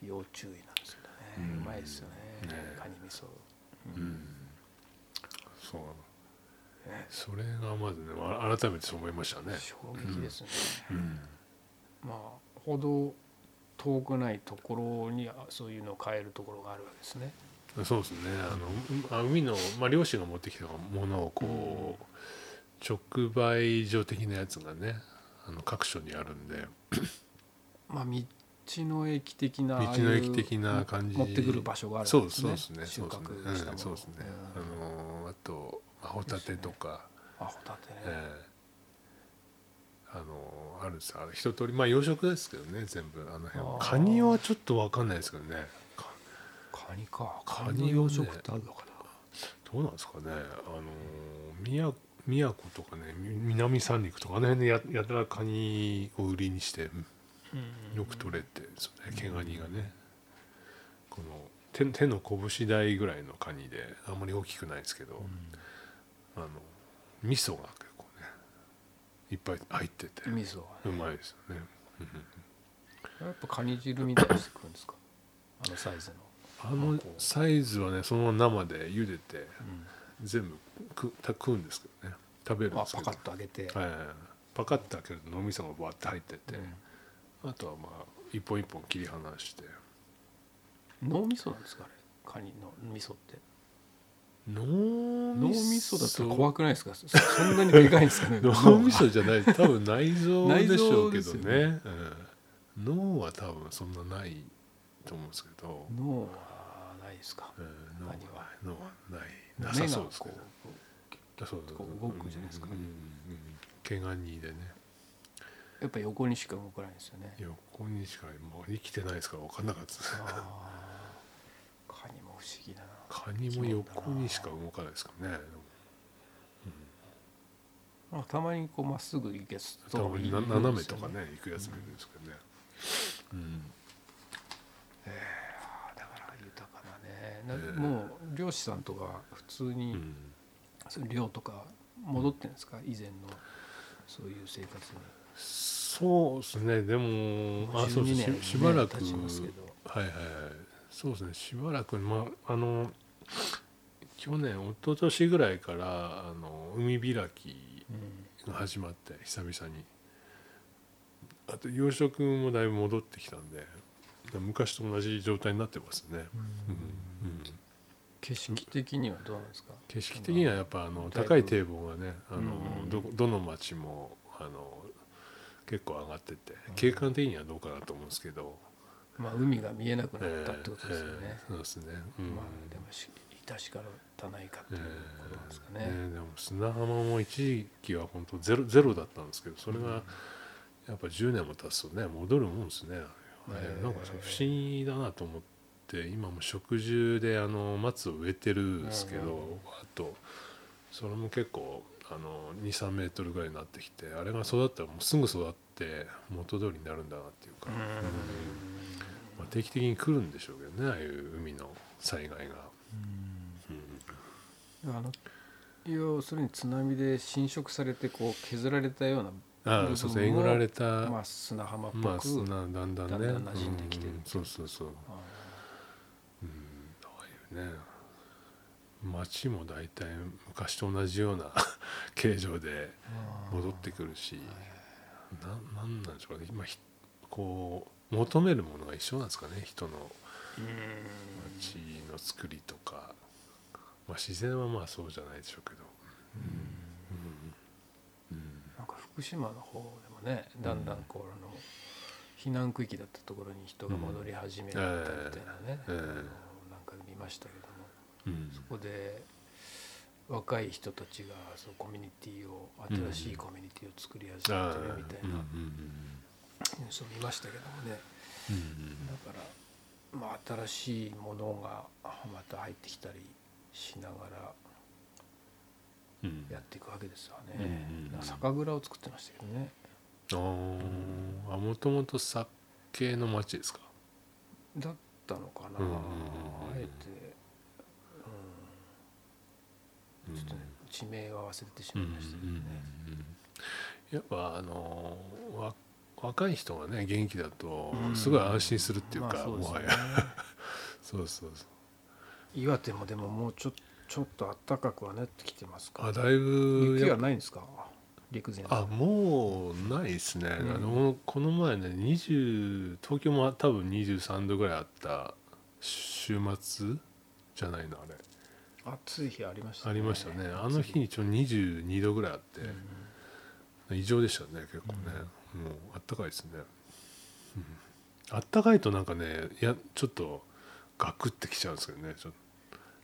う
要注意なんですけどね、う
うん
まいですよね
ね
カニ味噌
ん、うんそうそれがまずねあ改めてそう思いましたね
衝撃ですね、
うん
まあほど遠くないところにあそういうのを買えるところがあるわけですね
そうですねあのうあ海の、まあ、漁師が持ってきたものをこう、直売所的なやつがねあの各所にあるんで
まあ道の駅的な
道の駅的な感じ
ああいう持ってくる場所がある
そ
ん
うそうですね
収
そうですね
穫したもの、
うんそうですね、あのーあとまあホタテとか、
あホタテね、
ええあのーあるんですよあの一通りまあ養殖ですけどね全部あの辺
あ
は
ー
カニはちょっと分かんないですけどねか
カニか
カニはね
の養殖ってあるのか
どうなんですかねあのー宮宮古とかねみ南三陸とかあの辺でややたらカニを売りにして
な、
よく取れてるんですよね毛ガニがねこの手手の拳大ぐらいのカニであんまり大きくないですけど、あの味噌が結構ねいっぱい入ってて
味噌は
うまいですよね
やっぱカニ汁みたいにしてくるんですかあのサイズの、
あのサイズはねそのまま生で茹でて全部くた食うんですけどね食べるん
まあ、
です
パ
けど
カッと揚げて、
はいパカッと開けると脳みそがバーって入ってて、
う
あとはまあ一本一本切り離して
ん脳みそなんですかあれカニの味噌って
脳
脳
み
み
そ
そだったら怖くないですかそそんなにでかいんですかね
脳みそじゃない多分内 臓
内臓
でしょうけ
です
ど
よ
ね
ね
うん、脳は多分そんなないと思うんですけど、
脳はないですか
うん、脳は
何は
脳はないなさそうですけど
目がこ
そうそう
こう動くじゃないですか
うんうんうん毛ガニでね
うやっぱ横にしか動かないんですよね
横にしかもう生きてないですから分かんなかったです
あーカニも不思議だな
カニも横にしか動かないですからね
まあたまにこうまっすぐ行け
多
そう
分な斜めとかね行くやつもいるんですけどね、うん、
あーだから豊かな
え
ね
え
なもう漁師さんとか普通
う
に
ん
そういう漁とか戻ってんですか以前のそういう生活に
そうですねでもあそうです
12
ししばらく
経ちますけど
はいはいはいそうですねしばらくまああの去年一昨年ぐらいからあの海開き
う
が始まって久々にあと養殖もだいぶ戻ってきたんで昔と同じ状態になってますね、
ん
うんうん
景色的にはどうなんですか
景色的にはやっぱあの
だいぶ
高い堤防がねあの、
うん
どどの町もあの結構上がってて景観的にはどうかなと思うんですけど、
まあ海が見えなくな
え
ったってことですよね、
ええそうですね、うん
まあでもし致し方ないかって
え
いうことなんですかね、
えねでも砂浜も一時期は本当ゼロゼロだったんですけどそれがやっぱ10年も経つとね戻るもんですね、
え
ええなんかそれ不思議だなと思って今も植樹であの松を植えてるんですけど、
うんうん
あとそれも結構あの23メートルぐらいになってきてあれが育ったらもうすぐ育って元通りになるんだなっていうか、
うん
まあ、定期的に来るんでしょうけどねああいう海の災害が。
あの要するに津波で侵食されてこう削られたような
あ
部
あ
分
そうそうえぐられた、
まあ、砂浜っぽく、
まあそんなだんだんね
だんだん馴染んできてる
うんそうそうそう
あ
うんああいうね街も大体昔と同じような 形状で
あ
戻ってくるしななんなんでしょうかね今ひこう求めるものが一緒なんですかね人の
うん
街の作りとか、まあ、自然はまあそうじゃないでしょうけどうんうん
なんか福島の方でもねだんだんこう、あの避難区域だったところに人が戻り始めたみたいなね、
うんええ
あのなんか見ましたけども
うん
そこで若い人たちがそのコミュニティを新しいコミュニティを作り始
ああ
めてるみたい
うんうん
な
うん
ニュースを見ましたけどもね
うんうん
だから、まあ、新しいものがまた入ってきたりしながら
うん
やっていくわけですよ
うんうん
ね
うん。
なんか酒蔵を作ってましたけどね。
ああもともと酒の町ですか
だったのかな、
うんうんうんうん
あえて、うん、ちょっとね地名は忘れてしまいましたけどね、
やっぱあのわ若い人がね元気だと
うん
すごい安心するっていう
まあ
か、
そうですよ
もは
ね
やそうそうそう
岩手もでももうちょちょっと暖かくはなってきてますか
あ
ら
だいぶ
雪
や
は
っ
ないんですか陸前
ぱあもうないですね、
うん
あのこの前ね20東京も多分23度ぐらいあった週末じゃないのあれ
暑い日ありました
ありましたねあの日にちょうど22度ぐらいあって、
うん
異常でしたね結構ね、もうあったかいですね、うんあったかいとなんかねいやちょっとガクってきちゃうんですけどねちょっ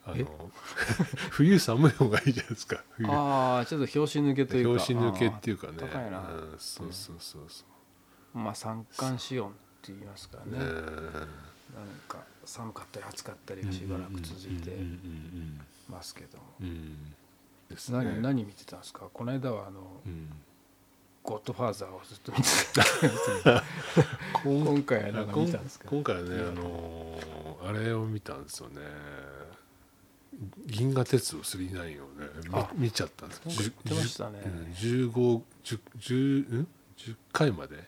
とあ
え
の 冬寒い方がいいじゃないですか冬拍
ああちょっと拍子抜けというか
子抜けっていうかね
あーあったかいな
うんそうそうそうそ
あーまあ三寒四温って言いますから
う
ね
ね
なんか寒かったり暑かったりがしばらく続いて
うんうん
ますけども、
うんうんうんですね
何何見てたんですかこの間はあの、
うん
ゴッドファーザーをずっと見てた 今回はなんか見たんですけど
今回はね、あのーあれを見たんですよね「銀河鉄道999」をね
あ
見見ちゃったんです
なんか言ってましたね
1 5 1 0ん10回まで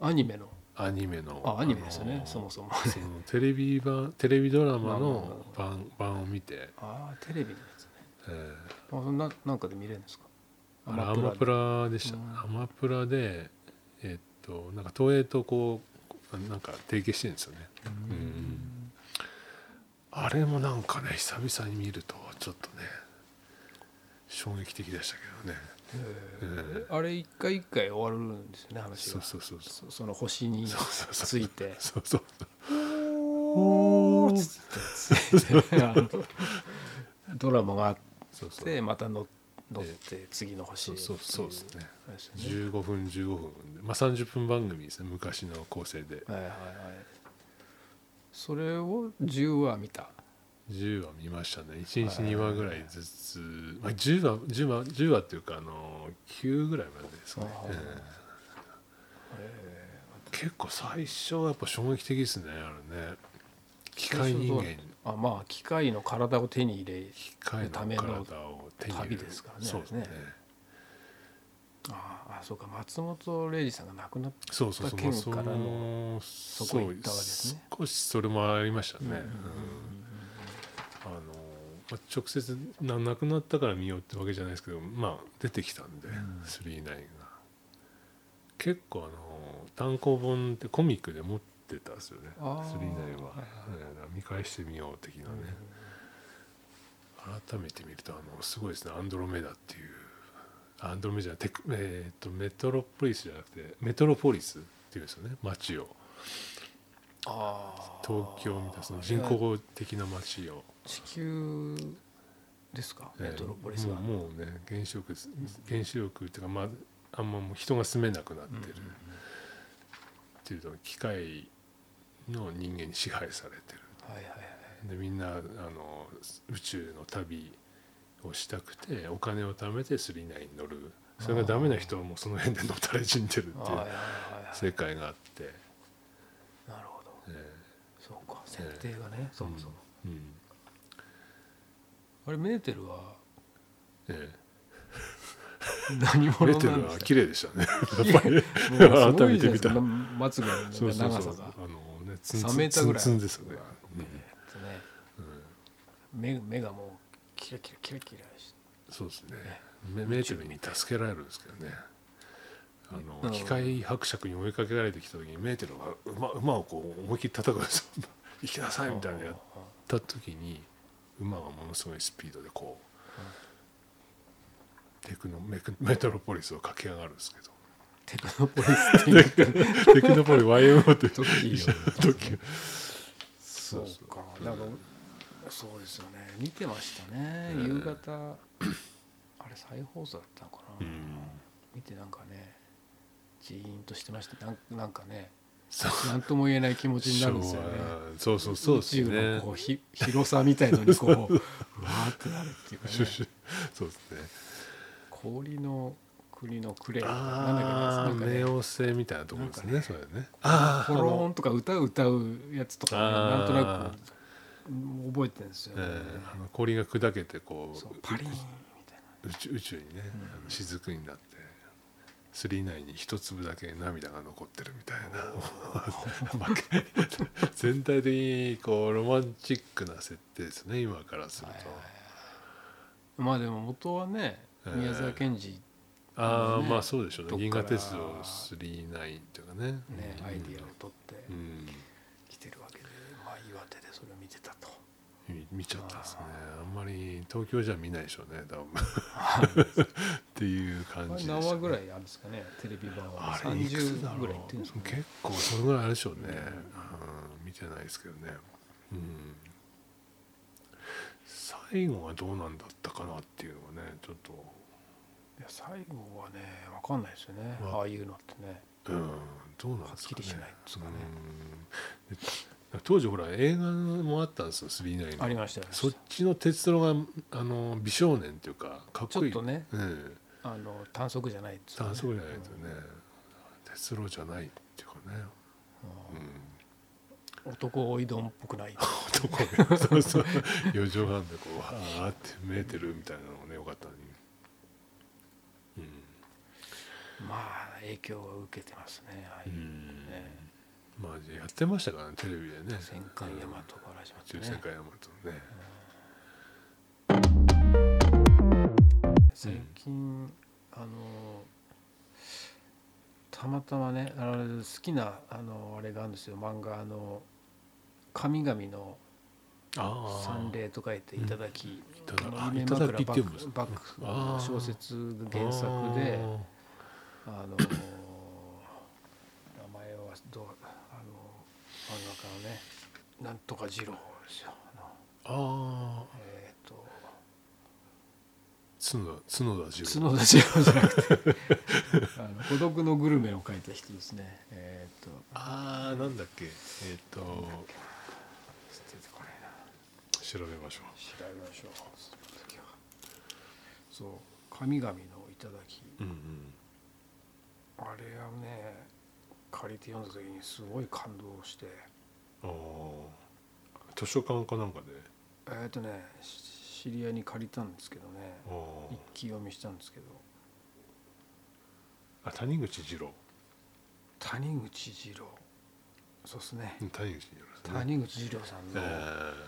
アニメの
アニメの
あアニメですよね、
あのー
そも そも
そのテレビ版テレビドラマ
まあま
の版版を見て、
ああテレビのやつね
え
あそんななんかで見れるんですか
ーあれアマ
で
プラでした、
うん
アマプラでえっとなんか東映とこうなんか提携してるんですよね、
う
うん
ん
あれもなんかね久々に見るとちょっとね衝撃的でしたけどね、
えあれ一回一回終わるんですよね話
そう
が
そうそうそ
そ
う
その星に
そうそうそう
ついて
そうそう
おーっつってついてあの ドラマがあっ
そうそう
てまた乗乗って次の星
そ
へ
う
ってい
そうそうですね
あれですよね
15分15分で、まあ、30分番組ですね昔の構成で
はいはいはいそれを10話見た
10話見ましたね1日
はい
2話ぐらいずつ、まあ、10話10話10話っていうかあの9ぐらいまでですかね、
あー
うん結構最初はやっぱ衝撃的ですねあれね機械人間
あまあ機械の体を手に入れ
機械の体を手に入
旅
れる
ですからね
そうですね
ねあーあそうか松本零士さんが亡くなっ
そうそうそう、
他県
そ
から
の
そこ行ったわけですね
そう少しそれもありましたね、
うんうんうん
うんあのまあ直接な亡くなったから見ようってわけじゃないですけどまあ出てきたんで、39が結構あの単行本ってコミックで持ってたんですよね
あー
39は、
はいはい
うんだから見返してみよう的なね、改めて見るとあのすごいですね「アンドロメダ」っていうアンドロメダじゃないテク、えー、とメトロポリスじゃなくてメトロポリスっていうんですよね街を
あー
東京みたいなその人工的な街を、
地球ですかメトロポリスが、
えーもうもうね原子力です原子力っていうか、まあ、あんまもう人が住めなくなってる、っていうと機械の人間に支配されてる
はいはいはい
でみんなあの宇宙の旅をしたくてお金を貯めて39に乗るそれがダメな人はもうその辺でのたれ死んでるっ
はい
てい
はいうはいは
世界があって、
いなるほど
え
そうか設定がね、そもそも
えうん
あれメーテルは
え
何
え、
者
メ
なん
テル
で
は
すか
綺麗でしたねやっぱり
もうすごいじゃ
改めて
ないで
見
すか
た
まつげの長さ
そう
が
そうそ
ね
うあのねツン
3
ツ
メー
ン
タ
ツ
ーぐ
ン
らい
ツンですよね、うん
目目がもうキラキラキラキラして
そうですねメメーテルに助けられるんですけどねあ
う
の
ん
機械伯爵に追いかけられてきた時にメーテルが馬馬をこう思いっきり叩くんですよ行きなさいみたいなのやった時に馬がものすごいスピードでこうテクノメクメトロポリスを駆け上がるんです けど
テクノポリスっていう
テクノポリ YMO って
時よ
時
そうう
そう
かなんかそうですよね見てましたね、
うん
夕方あれ再放送だったのか
う
な、
ん
見てなんかねジーンとしてましたなんなんかね
そう
なんとも言えない気持ちになるんですよね
そうそうそうです
宇宙
ね
のこうひ広さみたいのに こううわーってなるっていうか、ね、
そうですね
氷の国のクレーン
あ
な
あ
んだっけ
冥
なんかね
王星みたいなところですね
なん
それねああ
ホローンとか歌歌うやつとか、ね、
あー
なんとなく覚えてるんですよ
あの
ね、
えーあの氷が砕けてこ
そう
う
パリーンみたいな
宇宙宇宙にね、あの雫になって39に一粒だけ涙が残ってるみたい な全体的にこうロマンチックな設定ですね今からすると、
まあでも元はね
えー
宮沢賢治ね、
ああ、
ね
まあそうでしょうね
どっ
銀
か
河
ら
鉄道39というかねうん
アイディアを取って
うん
きてるわけで、まあ岩手でそれを見てたと
見見ちゃったですねあんまり東京じゃ見ないでしょうね多分 っていう感
これ
じで
何
した
話ぐら
ね
いあるんですかねテレビ版は
あれいくつだ
30
ろ
ぐ
う
らいいってるんですかね
結構それぐらいあるでしょうね、うん見てないですけどね、うん、最後はどうなんだったかなっていうのがねちょっ
いや最後はね分かんないですよね
わ
ああいうのってね
と、うん、どうなんです
はっき
かね
りしないですかね
うんで当時ほら映画もあったんですよ39の
ありましたよね
そっちの鉄郎があの美少年っていうかかっ
ち
こ
ょ
い
っ
い
とね
うん
あの短足じゃないっつう
あそうじゃ
ね
ないとね鉄郎じゃないっていうかね、
男追いどんっぽくない
うん、男がそうそう4畳半でこうわーって見えてるみたいなのもねよかったのに、
まあ影響は受けてますねああいううんの
うん
ね、
まあやってましたからねテレビでね
戦艦大和から始まって
中
ね
戦艦ヤマトね
最近、あのたまたまねあの好きなあのあれがあるんですよ漫画あの「神々の
ああ
三例と書いていただき、
いただ
この
あ
夢
いただ
枕
きって
バ
読むんです
ックバックの
あー
小説が原作で
あ
あの名前はどうあの漫画家のねなんとか二郎ですよあの
ーあ
えっ、と角田二郎
ー角田角田二郎
じゃなくて あの孤独のグルメを書いた人ですねえっ、と
ああなんだっけえっ、
ち
と
ょっと出てこないな
調べましょ
調べましょうそう神々の頂き
ううんうん
あれはね借りて読んだ時にすごい感動して
ああ図書館かなんかで
えっ、とねし知り合いに借りたんですけどね
あ
一気読みしたんですけど
ーあ谷口二郎
谷口二郎そうですね
うん谷口二郎ですね
谷口二郎さん
え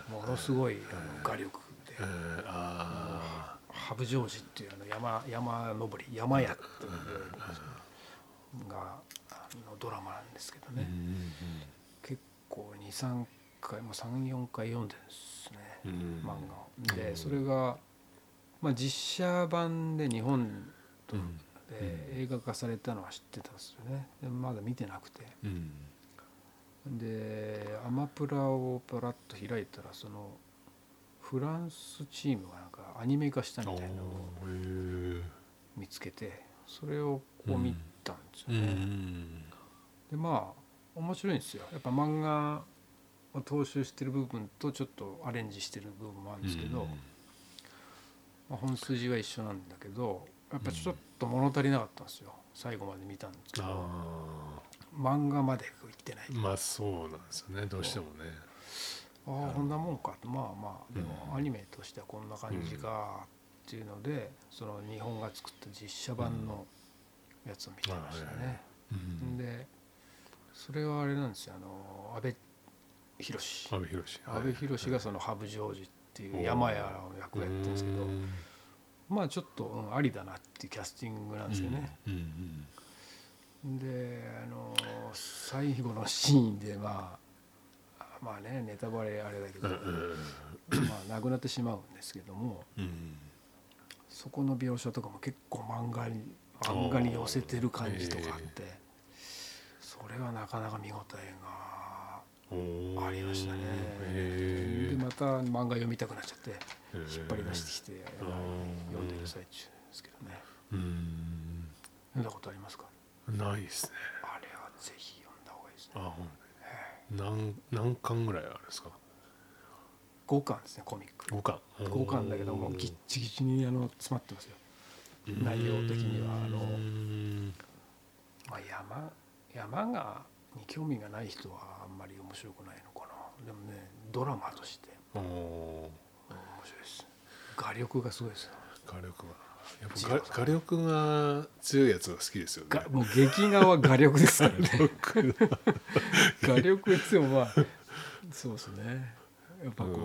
の
ー
ものすごいあの画力で
えーあ
羽生丈司っていうあの山山登り山屋っていうのがあのドラマなんですけど
ー
ね、結構23回も34回読んでるんですね、
うんうんうん
漫画を。
う
で
ん
それが、まあ、実写版で日本と
う
で
ん
映画化されたのは知ってたんですよねでまだ見てなくて
うん
でアマプラをパラッと開いたらそのフランスチームがなんかアニメ化したみ
お
たいなのを
ーへ
見つけてそれをこう見たんです
えう
よね。
ん
でまあ面白いんですよやっぱ漫画を踏襲してる部分とちょっとアレンジしてる部分もあるんですけど、まあ、本筋は一緒なんだけどやっぱちょっと物足りなかったんですよ最後まで見たんですけど
あ
漫画まで行ってない
あまあそうなんですよねどうしてもね
ああこんなもんかとまあまあでも
うん
アニメとしてはこんな感じかっていうのでその日本が作った実写版のやつを見てました
うんはいはいは
ね。でそれはあれなんですよあの阿部寛
阿部寛
阿部寛がその羽生ジョージっていう山屋の役をやってるんですけどまあちょっとうんありだなっていうキャスティングなんですよね。
うんうん
であの最後のシーンでまあまあねネタバレあれだけ
う
ど
ん
まあなくなってしまうんですけども
うんうん
そこの描写とかも結構漫画に漫画に寄せてる感じとかあってそれはなかなか見応えが
おー
ありましたね。
へ
でまた漫画読みたくなっちゃって
え
引っ張り出してきて
あー
読んでる最中ですけどね
うん
読んだことありますか
ないですね
あれはぜひ読んだ方がいいですね
あほん何何巻ぐらいあるんですか
5巻ですねコミック
五巻
5巻だけどもうぎっちぎちにあの詰まってますよ内容的にはあの
うん
まあ山山がに興味がない人はあんまり面白くないのかなでもねドラマとして
おー
うん面白いです画力がすごいですよ
画力はやっぱ画画力が強いやつが好きですよね
がもう劇画は画力ですからね画力っていうのはそうですねやっぱこう、
うん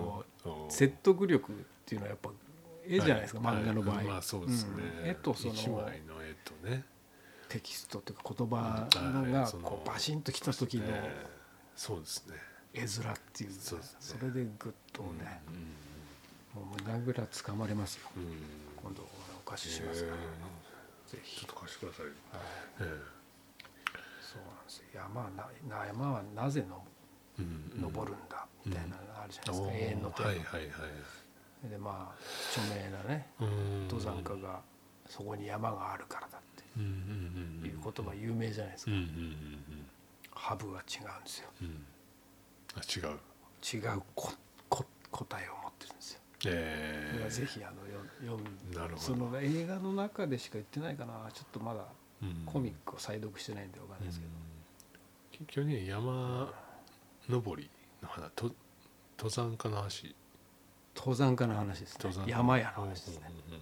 おー
説得力っていうのはやっぱ絵じゃないですか、
は
漫画の場合、
はまあそうですね、
うん絵とそ
一
の
枚の絵とね
テキストというか言葉
はい
のが
その
こうバシンときた時の
えーそうですね
絵面っていう,、
そうですね
それでグッとね、もう胸ぐらつかまれますよ、
うんうん
今度お貸ししますから、
え
ぜ
ーち
ひ
ょっと貸してくださいよ、
はい
え
そ
ー
うなんですよ山はなな山はなぜの
うんうん
登るんだみたいなのがあるじゃないですか、
おー
永遠のテーマ、
はいはいはい
でまあ著名なね
うん
登山家がそこに山があるからだっ
うんうん
ていう言葉有名じゃないです
うんうんう
か、
んうん
ハブは違うんですよ
うんうんあ違う
違うここ答えを持ってるんですよ。
え
これは
ー、
ぜひあのよ読む
なるほど
その映画の中でしか言ってないかなちょっとまだ
うん
コミックを再読してないんでわかんないですけど、
うん結局ね山登りの話と登山家の話
登山家の話ですね
登山家
山屋の話ですね
うんうん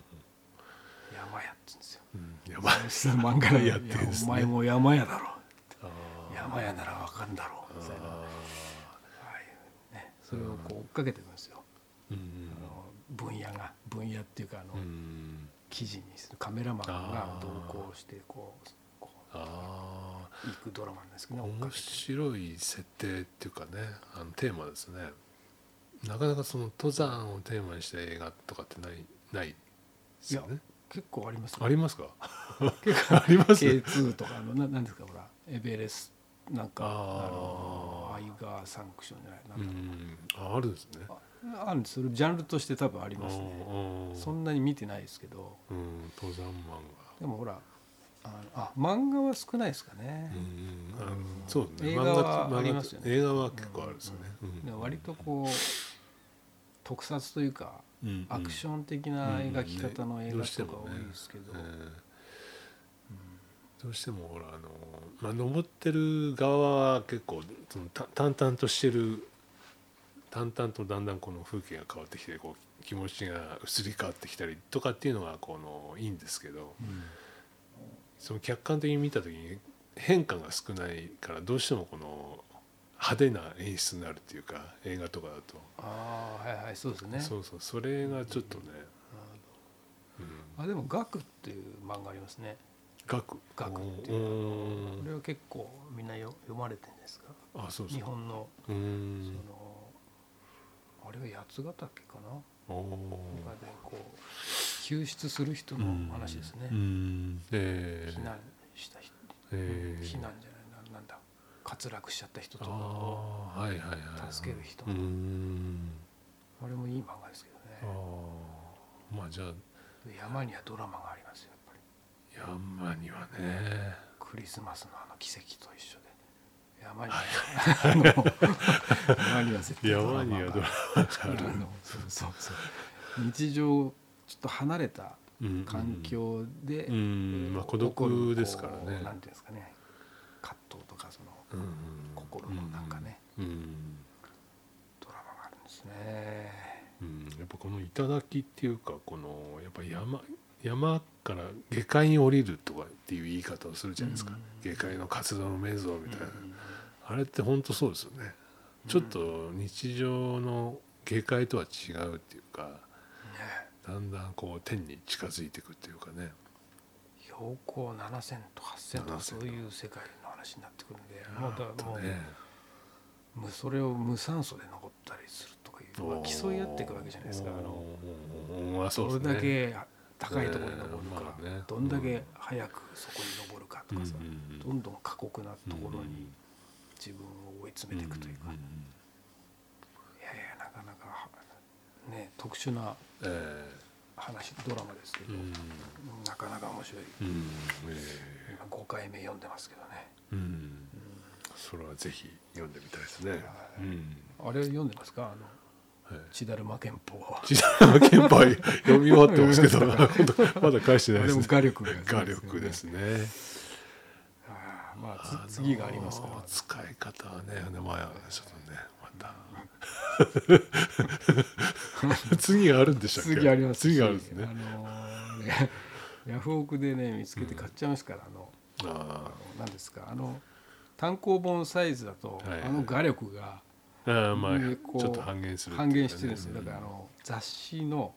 山屋って言うんですよ
うんうん山
漫画の
やってるんです
お
ね
前も山屋だろ
あー
山屋ならわかるだろうみたいなあ
あ
あいうねそれをこう追っかけていくんですよ、
ーうん
あの分野が分野っていうかあの、
うんうん
記事にするカメラマンが同行してこうこ
あ
う行くドラマなんですけ
ー
どね追っか
面
けて
白い設定っていうかねあのテーマですねなかなかその登山をテーマにした映画とかってないないですよね
結構あります
ありますか
結構
あります
K2 とかのななんですかほらエベレストなんか
あー
あのアイガーサンクションじゃないうなんだ
んああるんですね
ああるんですそれジャンルとして多分ありますね
ああ
そんなに見てないですけど
うん登山漫
でもほらあのあ漫画は少ないですかね
画、うんあのそうですね
映画は
漫画
ありますよね
漫画映画は結構あるんですよね
で割とこう特撮というかアクシ
ョン
ョン的な描き方の映画とか多いですけど
どうしてもほらあのまあ登ってる側は結構そのた淡々としてる淡々とだんだんこの風景が変わってきてこう気持ちが移り変わってきたりとかっていうのがこのいいんですけど、その客観的に見た時に変化が少ないからどうしてもこの派手な演出になるっていうか映画とかだと、
ああはいはいそうですね
そうそうそれがちょっとね、うん、
あでも「ガク」っていう漫画ありますね
額
額っていうこれは結構みんなよ読まれてるんですか
あそうそう
日本の
うー
そ
ん
のあれは八ヶ岳かな
おお
とかでこう救出する人の話ですね
うんえ
避難した人
えー
避難じゃないななんだ滑落しちゃった人と
あ
かを
あはいはいはい
助ける人
うーん
あれもいい漫画ですけど
あ
ね
あまあじゃあ
山にはドラマがありますよやっぱり
山にはね
クリスマスのあの奇跡と一緒で山にはあの山には絶対ド
山
ラ
に
マ
は
が
ドラ
あ
マがある
のそうそうそう日常ちょっと離れた
うんうん
環境で、
うんまあ孤独ですからね
なんていうんですかね葛藤とかその
うんうん
心のなんかね
うん
ドラマがあるんですね
うんやっぱこの頂きっていうかこのやっぱ山山から下界に降りるとかっていう言い方をするじゃないですか、
うん
下界の活動の名像みたいな、
うん
あれって本当そうですよね、
うん
ちょっと日常の下界とは違うっていうか
ね
だんだんこう天に近づいていくっていうかね
標高7,000と8,000と
7000
かそういう世界の話になってくるんでもうだ
あと
もう
ね
むそれを無酸素で登ったりするとかいう、まあ、競い合っていくわけじゃないですかあの
おーまあそう
ど
で
れ
すね
だけ高いところに登るか、
うんまあね
どんだけ早くそこに登るかとかさ、
うんうんうん
どんどん過酷なところに自分を追い詰めていくというか、
んんん
いやいやなかなかね特殊な
え
話ドラマですけ
えう
ど、
ん
なかなか面白い
うんえ
今5回目読んでますけどね、
えうんそれはぜひ読んでみたいですね。うん。
あれ読んでますかあの
はい
千だるま憲法は
時代の憲法は読み終わってますけど、まだまだ返してない
あ
で
れ
す
も
ね。
画力がすごい
画力
よね
ですね。
ああまあつ次がありますから
のー使い方はね、まあちょっとね、また。次があるんでしたっけ？
次ありますし
次があるんですね。
あのーねヤフオクでね見つけて買っちゃいますから、あの
あ
何ですかあの単行本サイズだと、
はいは
あ
い
の画力が
あ、ああまあ
ねこう
ちょっと半減するっていうか
半
ね。
減してるんですよだ
う
からあの雑誌の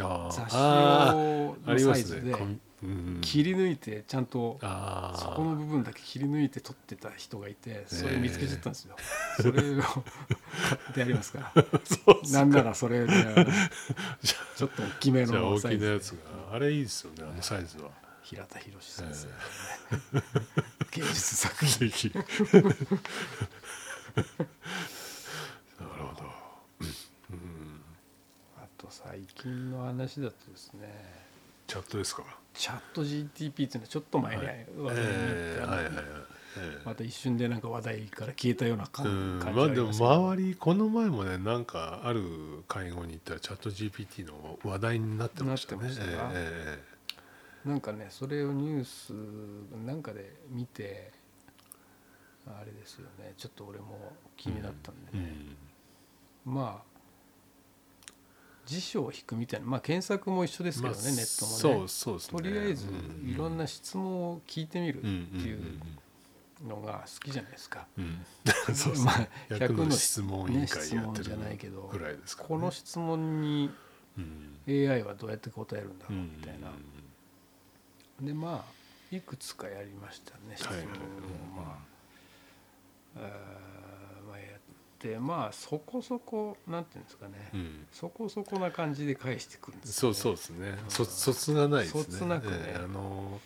ああ
雑誌
ああ
用
あ
の
りま
サイ
す
ズ
ね
で
こんうん
切り抜いてちゃんと
ああ
そこの部分だけ切り抜いて撮ってた人がいてそれ見つけちゃったんです よ、それを買ってありますから
そう
なんならそれで
じゃ
ちょっと大きめ
あじゃあ
の
大き
サイズ
な
で
やつがあれいいですよねあのサイズは
平田博先生のね芸術作品
ぜひなるほどうん
あと最近の話だとですね
チャットですか
チャット GTP っていうのはちょっと前に話題に
ええはいはいはいええ
また一瞬でなんか話題から消えたような
う
感
ん
感
ま
じがあ
あで
り
も
ますけど
周りこの前もねなんかある会合に行ったらチャット GPT の話題になってましたね。
なってましたか
え
なんかねそれをニュースなんかで見てあれですよねちょっと俺も気になったん
えええ
でね、まあ辞書を引くみたいなまあ検索も一緒で
うん
すけどね、
まあ
ネットもね
そうそうですね
とりあえず
うん
いろんな質問を聞いてみるっていうのが好きじゃないですか。
うんうんうん そうそう
まあ
100
100
の
の
質問委員会やって
ね質問じゃ
る
ないけど
ぐらいですから、ね、
この質問に
うん、
AI はどうやって答えるんだ
う
ろうんみたいな。でまあいくつかやりましたね質問を
はいはいはい
まあえーまあやってまあそこそこなんていうんですかね、
うん
そこそこな感じで返してくるんです
そ
よ
う
ね
そうですね。そ卒がないですね。
卒なくね
ええあの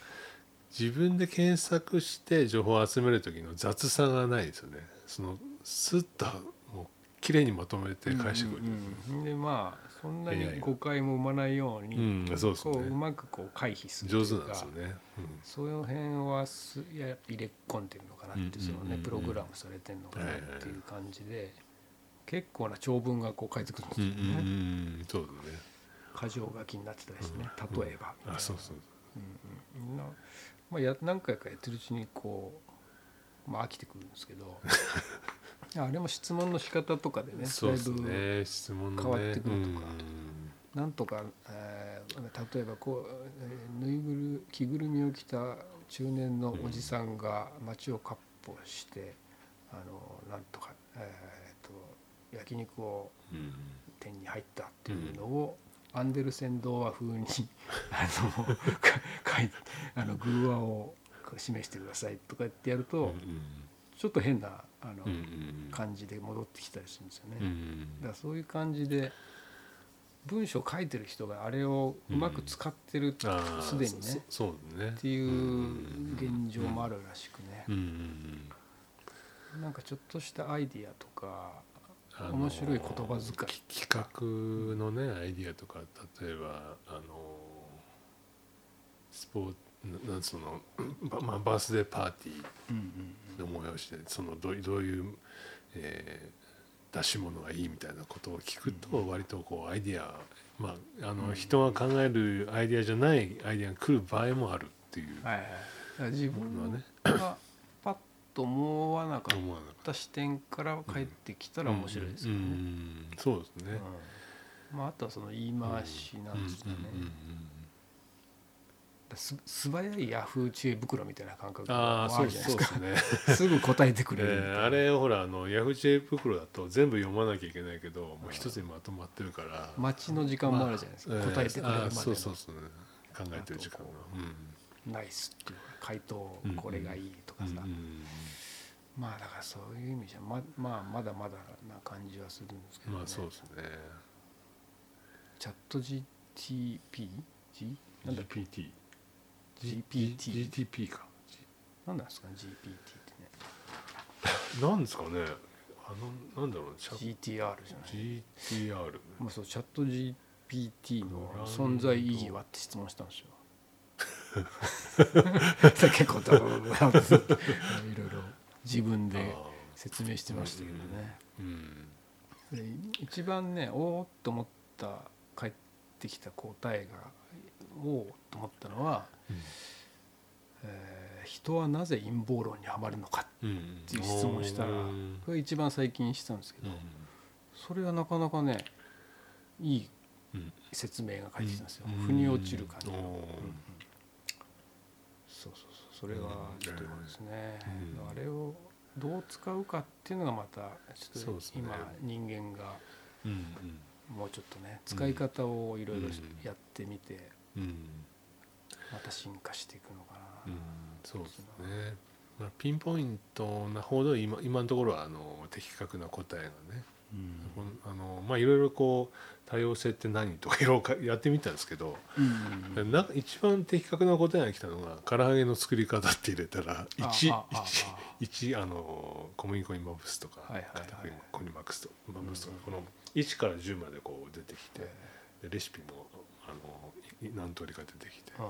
自分で検索して情報を集める時の雑さがないですよね。そのスッともう綺麗にまとめて返してくる。
うんうんでまあそんなに
AI
誤解も生まないように、
うんそうです
こ
ね
ううまくこう回避すると
上
い
手
う
なん
か
ですよね。
その辺はすいや入れ込んでるのかなって、
うんうんうんうん
そのねプログラムされてるのかなっていう感じで、結構な長文がこう書いてくるんです
うん。う
よ
ん
ね、
うんうんそうだね。
箇条書きになってたりしてね、
うん
例えばみたいな
あそうそう。
うんうんなまあ、や何回かやってるうちにこう、まあ、飽きてくるんですけ どあれも質問の仕方とかでね
そうです
だいぶ
ね。質問のね。
変わってくるとか
うん
なんとか、えー例えばこう、えーぬいぐる着ぐるみを着た中年のおじさんが街をかっ歩して、あのなんとか、えー、と焼肉を
うん
店に入ったっていうのを、アンデルセン童話風にあの か書いあの偶話を示してくださいとかってやると、ちょっと変なあの、
うんうん
感じで戻ってきたりするんですよね。
うんう
だか
ん
らそういう感じで文章を書いてる人があれをうまく使ってるっ
あー
すでにね
そそうだね
ていう現状もあるらしくね
うんうんうん
なんかちょっとしたアイディアとか
あの
面白い言葉遣い
き企画のねアイディアとか例えばあのスポーツなんそのばまあ、バースデーパーティ
うん
ーの催しでそのどういどういう、えー出し物がいいみたいなことを聞くと割とこうアイディア、まあ、あの人が考えるアイディアじゃないアイディアが来る場合もあるっていう
うんはいはい、だから自
のは
分
ね、
がパッと思わなかっ
思わなかった
視点から帰ってきたら面白いですよね。
うんうんそうですね。
うんまあ、あとはその言い回しなんですかね、
うんうんうんうん
す素早いヤフー知恵袋みたいな感覚
あ
が
あ
あ
そう
るじゃない
そ
です
うで
か
すね。
すぐ答えてくれるみたい
え
な
ーあれほらあのヤフー知恵袋だと全部読まなきゃいけないけどもう一つにまとまってるから
待ちの時間もあるじゃないですか、
まあ
答えてくれるまで
あ
の
ーそうそうそうね考えてる時間が
ナイスっていうか回答
うん
これがいいとか
うん
さ、
うんうん
まあだからそういう意味じゃままあまだまだな感じはするんですけど、ね
まあそうですね
チャット GTP? G? なんだっけ
GPT
GPT
GTP か
なんなんですかね GPT
なんですかねあのなんだろうねチャ
ってね GTR じゃない
GTR
まあ、そうチャット GPT の存在意義はって質問したんですよ。それ 結構ダブルダブルダブルいろいろ自分
あ
で
ー
説明してましたけどね。
うん
で一番ねおおっと思った返ってきた答えがおおっと思ったのは、えー人はなぜ陰謀論にはまるのか」
うん
っていう質問したら
うん
それ一番最近したんですけ
う
ど、
ん
それはなかなかねいい
うん
説明が返ってきたんですよ、
うん
腑に落ちる感じが、
うん
うんうんそうそうそうそれはちょっと今ですね、
うん
あれをどう使うかっていうのがまたち
そ
ょ
う
っと
ですね
今人間が
うん
もうちょっとね使い方をいろいろ
うん
やってみて
うんうん
また進化していくのか
う
な、
ん、そうですね、まあ、ピンポイントなほど今今のところはあの的確な答えがね、こんあのまあいろいろこう多様性って何とかいろいろか やってみたんですけど、
うんうん
な一番的確な答えが来たのが唐揚げの作り方って入れたら
あ
1
あああ
一あの小麦粉にまぶすとか
はいはいはい
片栗粉にまぶすとまぶすとか、この1から10までこう出てきて、でレシピもあのいい何通りか出てきて、
うん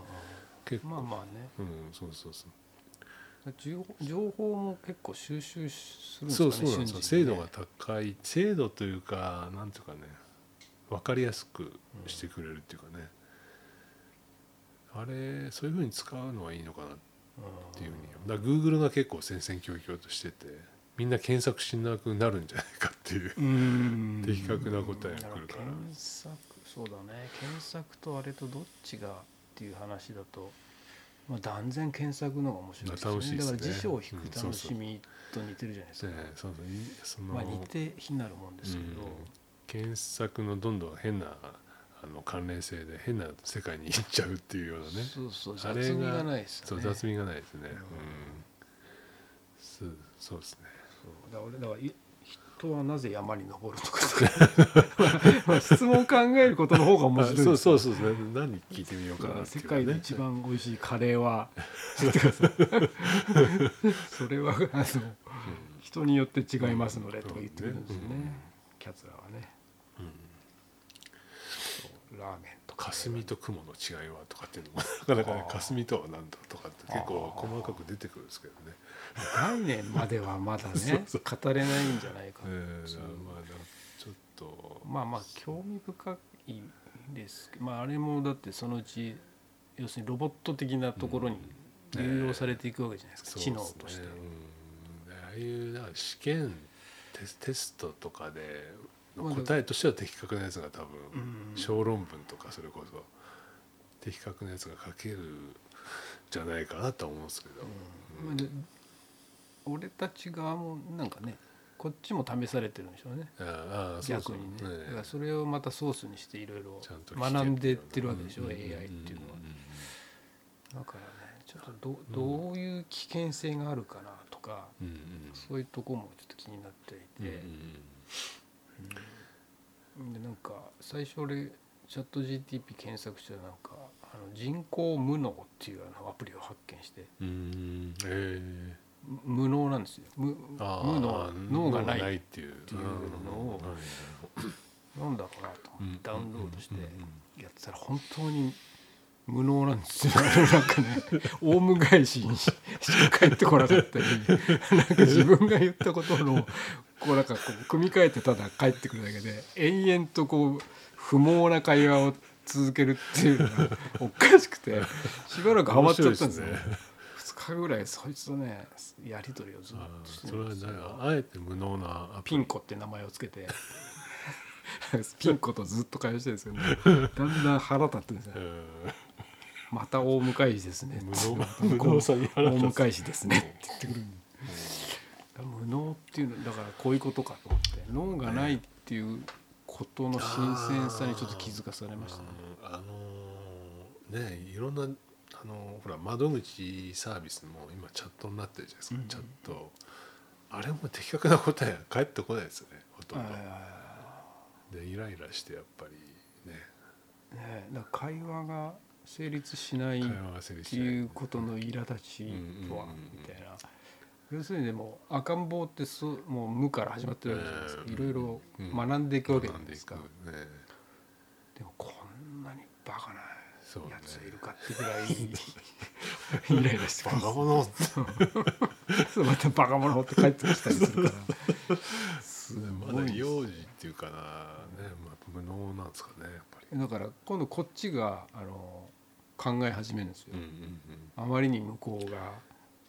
結
うん
構、
まあまあね
うんそうそうそう
情情報も結構収集するんですか
そ
ね
うそうなんです
瞬
よ、
時
精
にね
度が高い精度というかなんとかね分かりやすくしてくれるっていうかね、あれそういうふうに使うのはいいのかなっていうふうにだから Google が結構戦々恐々としててみんな検索しなくなるんじゃないかっていう
うん
的確な答えが来るから
検索そうだね検索とあれとどっちがっていう話だと、まあ、断然検索の方が面白いですよね
楽しいです
だ
ね
から辞書を引
うん
く
そう
楽
そう
しみと似てるじゃないですか、
そうそうそういその、
まあ似て非なるもんですけど、
うん検索のどんどん変なあの関連性で変な世界に行っちゃうっていうようなね
そうそう
あ
雑
れ
味
が
がないです
そ
よ
う
ね
雑味がないですね。うん
ん
すそうですね。
そうだから俺だからいひ人はなぜ山に登るとかと か質問を考えることの方が面白いですね
そうそうそうそう何聞いてみ ようかなって
世
いうかね
界で一番美味しいカレーはそれはあの人によって違いますのでとか言ってくるんですよね、
うん
キャツラはねそうラーメンとか
霞と雲の違いはとかっていうのもなかなかね
あー
霞とは何だとかって結構細かく出てくるんですけどね。
概念まではまだ
そう
ね
そう
語れないんじゃないか
え
な、
ー
そう
まあちょっと
まあまあ興味深いですけどまああれもだってそのうち要するにロボット的なところに流用されていくわけじゃないですか、知能
そう
と
で
し
す
て
ね。うんああいうなんか試験テステストとかでの答えとしては的確なやつが多分、
うん
小論文とかそれこそ的確なやつが書けるじゃないかなとは思うんですけど、
まあで俺たち側もなんかねこっちも試されてるんでしょうね
あーあーそう
逆
そう
にね
ええ
だからそれをまたソースにしていろいろ
ちゃんと聞け
学んでいってるわけでしょ、
うん
AI っていうのは、だからねちょっとどどういう危険性があるかなとか、
うんうんうん
そういうとこもちょっと気になってい
うん
て、でなんか最初俺チャット GTP 検索したらなんかあの人工無能っていうあのアプリを発見して
うんうんうんえ
む無能なんですよ無
えあー
無能脳がない
っていう
ていうのを
うんはい
なんだろうなと思ってダウンロードしてやってたら本当に無能なんですよ なんかねオウム返しにしか返ってこなかったり なんか自分が言ったことのこうなんかこう組み替えてただ返ってくるだけで延々とこう不毛な会話を続けるっていうの がおかしくてしばらくハマっちゃったんですよ
面白いですね
2日ぐらいそいつとねやり取りをずっ
あ
としてた
ーそれ
ん
は
ですよ
だからあえて無能なアプ
ピ
リ
ンコって名前をつけて ピンコとずっと会話してるんですけど、ね、だんだん腹立ってですね
う
また大昔ですね
ん
っていう
無能無能さ
大
に腹立つ
昔ですねって言ってくるんで無能っていうのだからこういうことかと思って脳がないっていうことの新鮮さにちょっと気づかされましたね。
うんあのーねいろんなあのーほら窓口サービスも今チャットになってるじゃないですか、
うん
チャットあれも的確な答えが返ってこないですよねほとん
あ
どでイライラしてやっぱりね
ーねだから会話が成立しない
会
っ
話が成立
て
しない
いうことの苛立ちとは
うんうんうんうん
みたいな要するにでも赤ん坊ってそうもう無から始まってるわけじゃないですか
うん
いろいろ学んでいくわけじゃないですか
学んでいくね
でもこんなにバカな
そうね
やついるかってぐらいイライラしてく
バ
る
カ者
そうまたバカ者って帰ってきたりするからす
ま
ご
だ
いです
幼児っていうかな、ねまあ、無能なんですかねやっぱり。
だから今度こっちがあの考え始めるんですよ、
うんうん
あまりに向こうが
う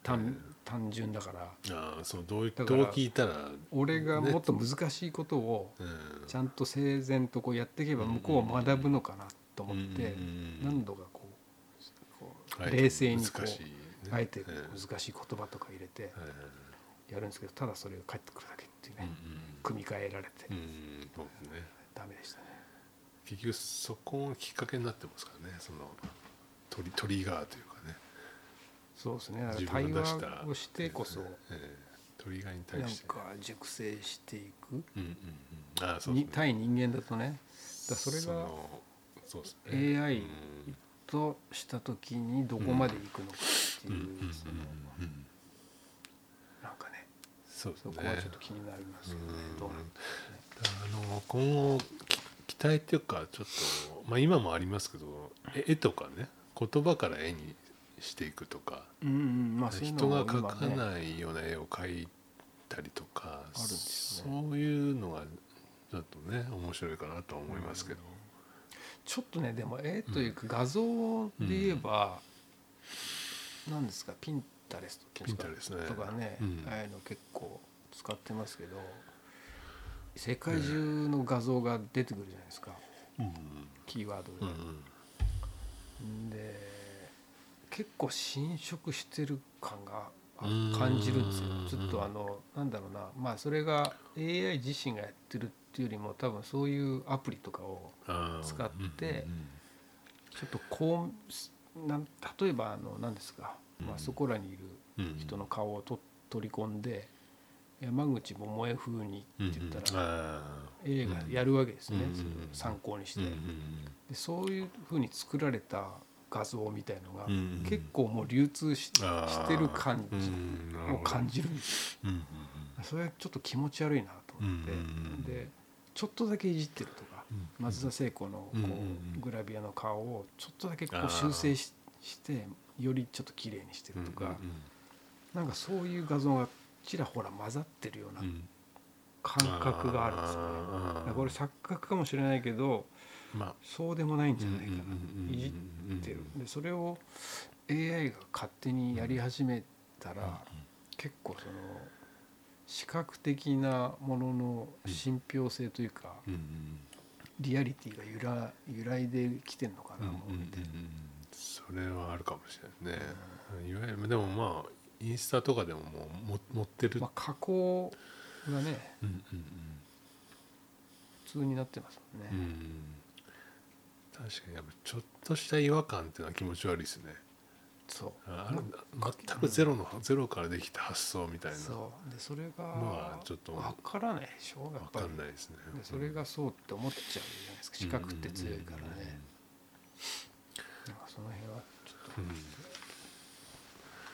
単
ん
単純だから
うん、ああそうどうい
だ
どう
から
聞いたら、
俺がもっと難しいことを
うん、
ちゃんと整然とこうやっていけば向こうは学ぶのかなと思って
うん
何度かこうこ
は
う
い
冷静にこ
難しいね
うあえて
うん
難しい言葉とか入れて
はいはいはい
やるんですけどただそれが返ってくるだけっていう
うん
ね組み替えられて
うんうんそうですね
ダメでしたね。
結局そこがきっかけになってますからねそのトリトリガーというかね
そうですね。だから
自
対
分が出し
話
た
をしてこそ、
ええトリガーに
な
対
ん
して、
か熟成していく。
うんうんうん、ああそう
に
ですね
対人間だとね。だからそれが
のそうですね
AI
うん
とした時にどこまでいくのかって
うんう
い
んうん
う、その
うん
なんかね、
そうです
そ
ね
こはちょっと気になりますよね。
うん
どうなん
あの今後き期待っていうかちょっと、まあ、今もありますけど絵絵とかね言葉から絵にしていくとか
うんうん、まあそういう
人
の
が
も
描
今
か
ね、
ないような絵を描いたりとか、
あるんですよ
そういうのがちょっとね面白いかなとは思いますけど、
ちょっとねでも絵というか画像で言えば、なんですかピンタレストっていうんですか
Pinterest ね
とかね、
うん
ああいうの結構使ってますけど世界中の画像が出てくるじゃないですか、
うん
キーワード
う
で。
ん
で結構侵食してる感があ
うーん
感じるんですよちょっとあのなんだろうなまあそれが AI 自身がやってるっていうよりも多分そういうアプリとかを
あー
使って
うん
ちょっとこうなん例えばあの何ですか、ま
う
あ、
ん
そこらにいる
うんうん
人の顔をと取り込んで山口百恵風にって言ったら、
ああ
エレがやるわけですね、
うん
それを参考にして、
うんうん
でそういうふうに作られた画像みたいのが、
うんうん
結構もう流通し
ああ
してる感
う
じ
んなるほ
を
ど
感じるんです
うんうん
それはちょっと気持ち悪いなと思って、
うんうんうん
でちょっとだけいじってるとか、
うん
松田聖子のこう、
うんうんうん
グラビアの顔をちょっとだけこ
あー
う修正ししてよりちょっと綺麗にして
う
る
ん
とか、
うん
なんかそういう画像がちらほら混ざってるような
うんうん
感覚があるんですよね。
ああ
だからこれ錯覚かもしれないけど
まあ
そうでもないんじゃないかな、
うんうんうんうん
いじってるでそれを AI が勝手にやり始めたら、結構その視覚的なものの信憑性というか、
うんうん
リアリティが揺ら揺らいできてんのか
うん
な、
うん
もうみたいな
それはあるかもしれないね、いわゆるでもまあインスタとかでももうも持ってる、
まあ、加工がね
うんうん
普通になってますもんね
うん、うん確かにやっぱちょっとした違和感っていうのは気持ち悪いですね
そ
あある全くゼロの、ゼロからできた発想みたいうな
そうでそれ
ま
が
あちょっと
分からないでしょやっ
分
ぱ
か
り
んないですね
でそれがそうって思っちゃうじゃないですか視覚って強いからね、なんかその辺はちょっ
うんうんうん
と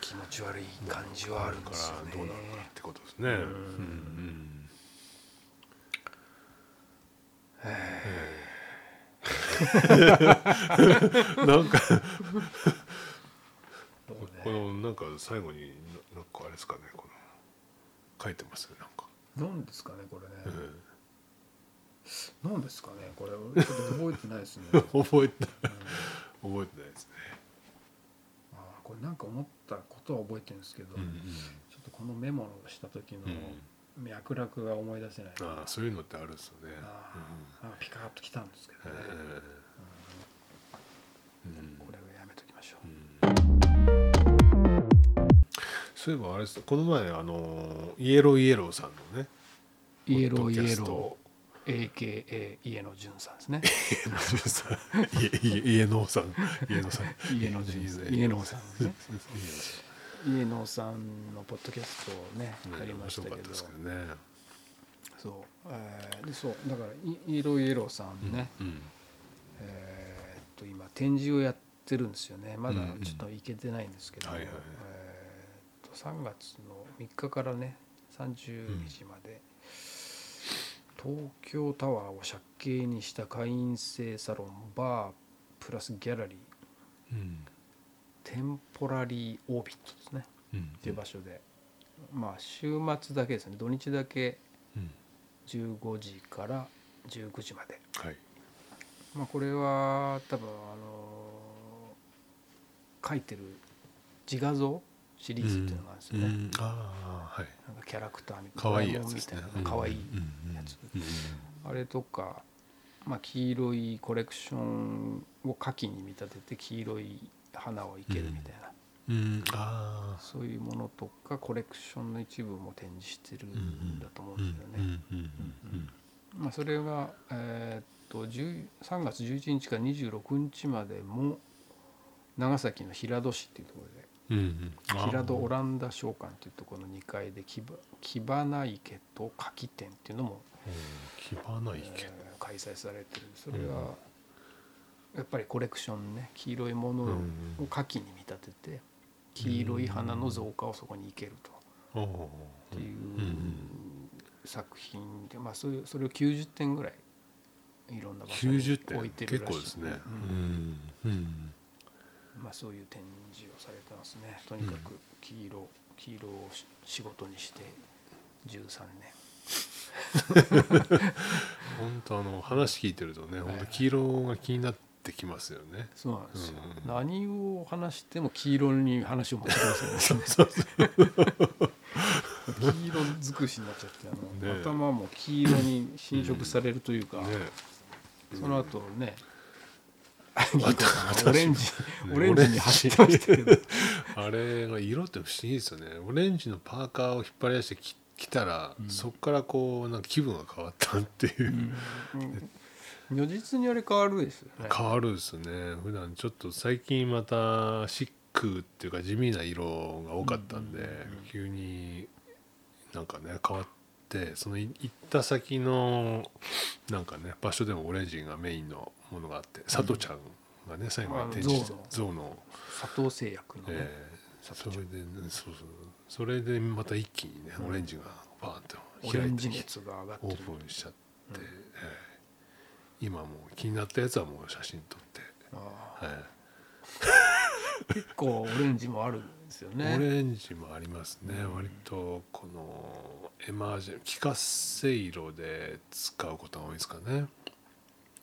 気持ち悪い感じはあるんですよね。
どうなるかなってことですね。うんうんええなんかこのなんか最後にななんかあれですかねこの書いてますねなんか、
何ですかねこれ
え
ね。何ですかねこれ俺ちょっと覚えてないです ね。うん
え覚えてない覚えてないですね。
あーこれなんか思ったことは覚えてるんですけど、
うん
ちょっとこのメモをした時の
う
脈絡が思い出せない。
ああそういうのってあるんですよね。
あーなんかピカッときたんですけ
うん
どね。
ええうん
これはやめときましょう。
そういえばあれですこの前あのイエローイエローさんのね
イエローイ
ポッドキャ
エ
スト
ロー AKA 家野淳さんです ね。
家のさん家家家のさん家のさん
家の順
さん
家のさんですね
家のさ
家野さんのポッドキャストをね
ん
ありましたけ
面白かった
ど
ですけどね
そう、えーでそうだからイイエローイエローさんね、
うん
えーっと今展示をやってるんですよねまだ
うんうん
ちょっと行けてないんですけど、
はいはいはい
えーっと3月の3日からね30日まで、東京タワーを借景にした会員制サロンバープラスギャラリー
うん
テンポラリーオービットですね
うん
っていう場所で、まあ週末だけですね土日だけ
うん
15時から19時まで、
はい
まあ、これは多分あの書いてる自画像シリーズっていうのがあるんですよね、
うんああはい
なんかキャラクターみたいな
可愛いやつですね
ドラえもんみたいな可愛いやつ
うんうん
あれとか、まあ、黄色いコレクションを花器に見立てて黄色い花を生けるみたいな、
うんうんああ
そういうものとかコレクションの一部も展示してる
うん
んだと思うんですよね。
うんうんうん
まあ、それが、えーっと10 3月11日から26日までも長崎の平戸市っていうところ
うんうんあ
で
ー
平戸オランダ商館っていうところの2階で木ば木花池と柿店っていうのも、
うん木花
え
池
ー開催されてるそれはやっぱりコレクションね黄色いもの
うんう
を
ん
柿に見立てて黄色い花の造花をそこに生けると。
おお
っていう
うんうん
作品で、まあ、そういうそれを90点ぐらいいろんな場所に
90点
置いて
結
るら
構
しい
ですね
うん
うんうん
まあ、そういう展示をされてますねとにかく黄色、黄色をし仕事にして13年
本当あの話聞いてるとね
はい
本当黄色が気になってきますよね
そうなんですよ、
うん
何を話しても黄色に話を持ってきますよ ね黄色尽くしになっちゃってあの、
ねえ
頭も黄色に侵食されるというか、
ね
その後ね、
また
オレンジ、
ね
オレンジに走ってましたけど、
あれが色って不思議ですよねオレンジのパーカーを引っ張り出してき来たらそこからこうなんか気分が変わったっていう
うん如実にあれ変わるですよね。
変わるんですね普段ちょっと最近またシックっていうか地味な色が多かったんで急になんかね変わってそのい行った先のなんかね場所でもオレンジがメインのものがあって佐藤ちゃんがね、最後に展示し
あの
象の、
佐藤製薬のね、
えー
佐
そ
藤ち
れ
ゃん
で、ね、そうそうそれでまた一気にね
うん
オレンジがバーンと
オレ
開い
ン
て
ジ熱が上がって
オ
る
ープンしちゃって、えー今もう気になったやつはもう写真撮って、
あ
え
ー
ー
結構オレンジもあるんですよ
オ
ね
レンジもありますね、
うん
割とこのエマージェン気化せ色で使うことが多いですかね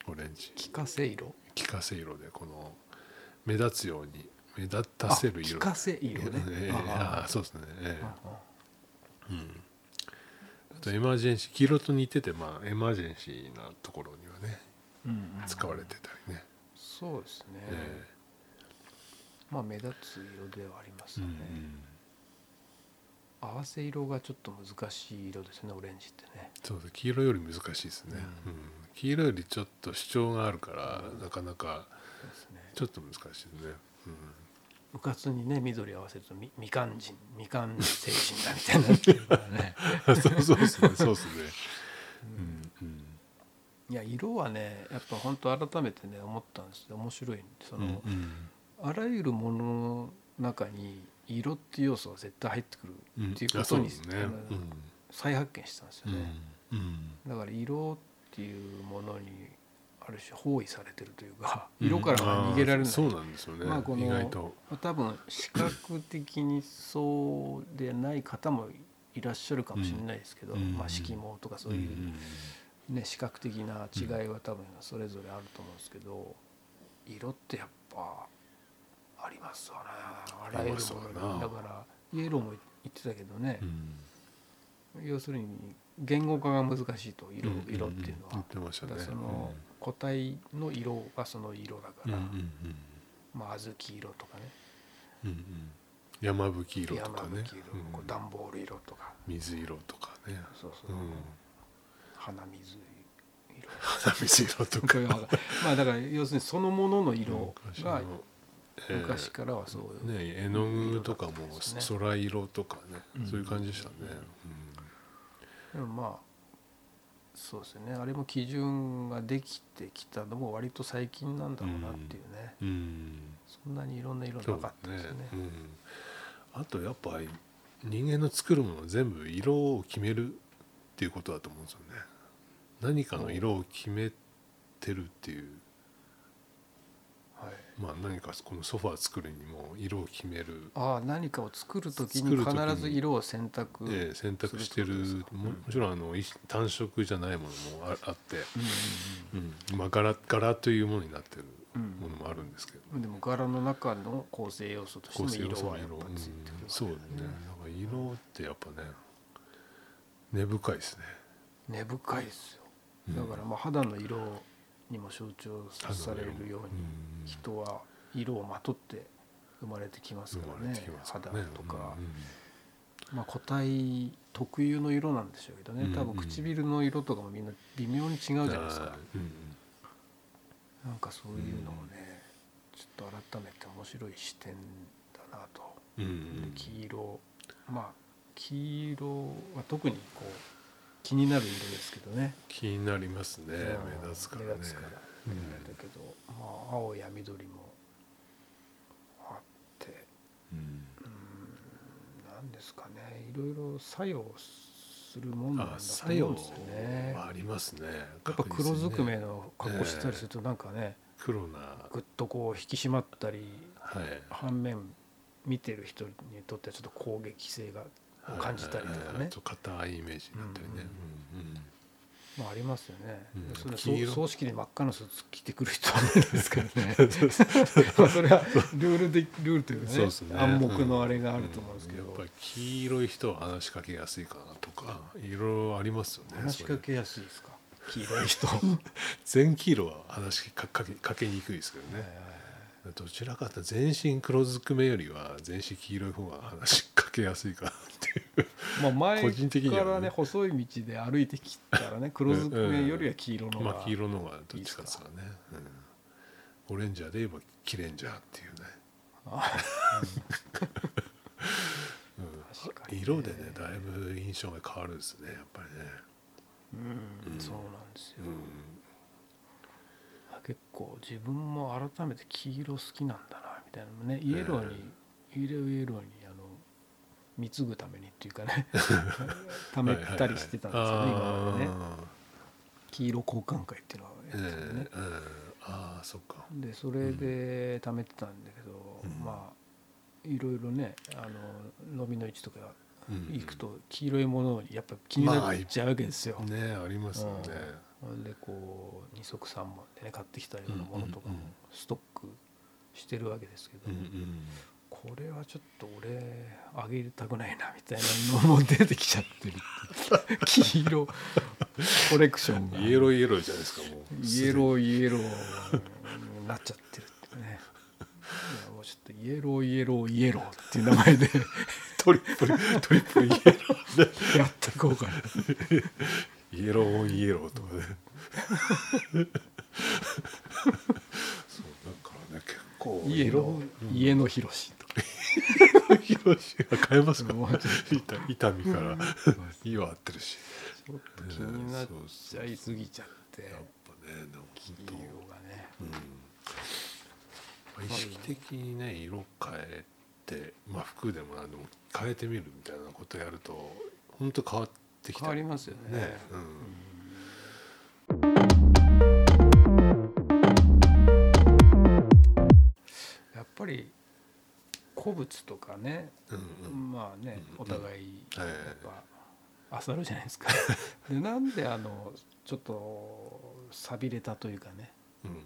オレンジ
気化せ色
気化せ色でこの目立つように目立たせる
あ気
色
化せ色ね
ええあ
あ
あそうですね、え
ー
え
あー
うん、あとエマージェンシー黄色と似てて、まあ、エマージェンシーなところにはね
うんうん
使われてたりね、
そうですね、
え
まあ目立つ色ではあります
えう
よ
ん
ね、合わせ色がちょっと難しい色ですねオレンジってね
そうそう黄色より難しいですね、
う
うん黄色よりちょっと主張があるから、
うん
なかなか
そうですね
ちょっと難しいですね、
うかつにね緑合わせるとみみかん人みかん精神だみたいになってるからね
うん、そうそうですねそうですね、うんうん
いや色はねやっぱ本当改めてね思ったんですけど面白いんでその、
うん
あらゆるものの中に色っていう要素が絶対入ってくる
うん
っていうことに
あそうですね、うん
再発見したんですよね、
うんうん
だから色っていうものにある種包囲されてるというか
うん
色からは逃げられない、
あーそうなんですよね、
まあこの
意外と、
まあ多分視覚的にそうでない方もいらっしゃるかもしれないですけど、
うん
まあ、色盲とかそういう、
ん
ね、視覚的な違いは多分それぞれあると思うんですけど色ってやっぱありますわねあらゆるものに
あります
だ
わな
からイエローも言ってたけどね
う、ん
要するに言語化が難しいと色,、
ん
色っていうのは。
言ってました
だか
ね
らその個体の色がその色だか
うんう
ら、
んうん
まあ小豆色とかね
うんうん山吹色と
山
かね
吹色、こ
う
うん段ボール色とか
水色とかね、
そうそうう、
ん、
花水 色
花水色と
こ
か
れはまあだから要するにそのものの色
昔
が
のえー
昔からはそういう、
ね絵の具とかも
色だったんですね
空色とかね、
うん
そういう感じでしたね、
でもまあそうですよねあれも基準ができてきたのも割と最近なんだろうなっていうね、
うん
そんなにいろんな色な
そ
か
う
った
だ
ですね
うん、あとやっぱり人間の作るものは全部色を決めるっていうことだと思うんですよね何かの色を決めてるっていう
はい、
まあ何かこのソファー作るにも色を決める
ああ何かを作る時
作
に
る時に
必ず色を選択、
で選択して
そういう
る
ことですか
ももちろんあのい単色じゃないものもああって、
うん
うんまあ、柄柄というものになってる
うん
ものもあるんですけど、
うん、でも柄の中の構成要素として
構
も
成要素
色
の
はやっ
色
ぱついてくるわけだよね、
うんそうですねなんか色ってやっぱね根深いですね
根深いですよ
うん
だからまあ肌の色にも象徴されるように
うん
人は色をまとって生まれてきますか
生
ら
まれ
ね
てきます
肌
ね
とか
うんうん
まあ個体特有の色なんでしょうけど
う
ね
ん
多分唇の色とかもみんな微妙に違うじゃないですか
あーうんうん
なんかそういうのをねちょっと改めて面白い視点だなと
うんう
で
ん
黄色まあ黄色は特にこう気になる色ですけどね
気になりますね
うん
目立つからね
目立つから
うん
だけど、まあ青や緑もあって
うん
なんですかねいろいろ作用するもんなんだ
あ
と
作
思う
用
んですよね。
はありますねや
やっぱ黒ずくめの格好してたりするとなんかね
黒な
ぐっとこう引き締まったり
はい
反面見てる人にとってはちょっと攻撃性が、を感じたりとかね
はいはいはいちょっと硬いイメージになったりね、
まあ、ありますよね。
うん
それ
黄色
葬葬式で真っ赤なスーツ着てくる人は多いですから ね。まあそれはルールでルールというかね
そうですね
暗黙のあれが あると思うんですけど、
やっぱり黄色い人は話しかけやすいかなとかいろいろありますよね
話しかけやすいですか黄色い人
それ全黄色は話しかけかけにくいですけどね、どちらかというと全身黒ずくめよりは全身黄色い方が話しかけやすいかなっていう
まあ前
個人的に
か
はね
らね細い道で歩いてきたらね黒ずくめよりは黄色の方が、
まあ黄色の方がどっちかですからねうんオレンジャーで言えばキレンジャーっていうね、
あ
うん
確かにね
色でねだいぶ印象が変わるんですねやっぱりね
うん
うん
そうなんですよ、
う
あ結構自分も改めて黄色好きなんだなみたいなのもねイエローに、イエローイエローにあの貢ぐためにっていうか ね貯
ん
めたりしてたんですよね、今までね
あ
黄色交換会っていうのをやってたん
ー
ですよね
え、えうんあーそっか
でそれで貯めてたんだけど、
うん
まあいろいろねあの飲みの市とか
うん
行くと黄色いものにやっぱ気になっちゃうわけですよ、
ねありますよね
ほんでこう二足三本でね買ってきたようなものとかも
うんうんうん
ストックしてるわけですけど、
うんうん
これはちょっと俺あげたくないなみたいなのも出てきちゃってるっていう黄色コレクションが
イエローイエローじゃないですかもう
イエローイエローになっちゃってるっていうねいやもうちょっとイエローイエローイエローっていう名前で
トリプルトリプルイエロー
やっていこうかな
イエローオンイエローとか ねそうだからね結構
イエロー家の広しとか
ー広しが変えますか
もうちょっ
痛痛みからいは合ってるし
とちょっと気になっ
そう
ち
そう
ゃ
やっ
いすぎちゃって
ぱねでも
黄
本当
色がね
うん、意識的にね色変えて、まあ、服でも何でも変えてみるみたいなことやると本当変わってきた
変わりますよね
ね、うん
やっぱり古物とかね
うんうん
まあねお互いやっ
はい
ぱ漁るじゃないです かでなんであのちょっと寂れたというかね
うん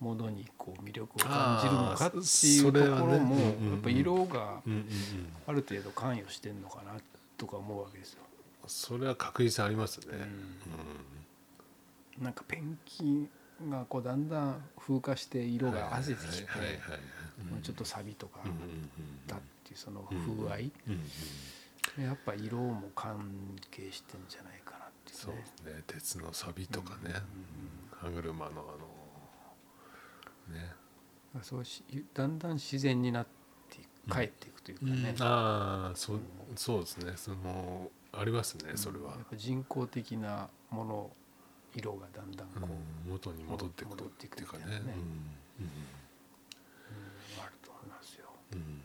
ものにこう魅力を感じるのかって
あ
い
ー
う
そ
と
れはね
ころも
うん
や
うんうん
っぱ色が
うんうんうん、
ある程度関与してんのかなとか思うわけですよ。
それは確実ありますね、
う
うんん
なんかペンキがこうだんだん風化して色が褪せてきて
はいはいはい
まあちょっと錆とか
うんうん
だっていうその風合い
うんうんうん
やっぱ色も関係してんじゃないかなっていう
そう
ね。
ね鉄の錆とかね、歯車のあのね
そうしだんだん自然になっていく帰っていくというかね、やっ
ああそうそうですねそのありますねそれは、
ぱ人工的なもの色がだんだんこう、
うん元に戻っていく
戻
っ
っていく
ていうかね
みたいなね
うん
うんあると思いますよ。
うん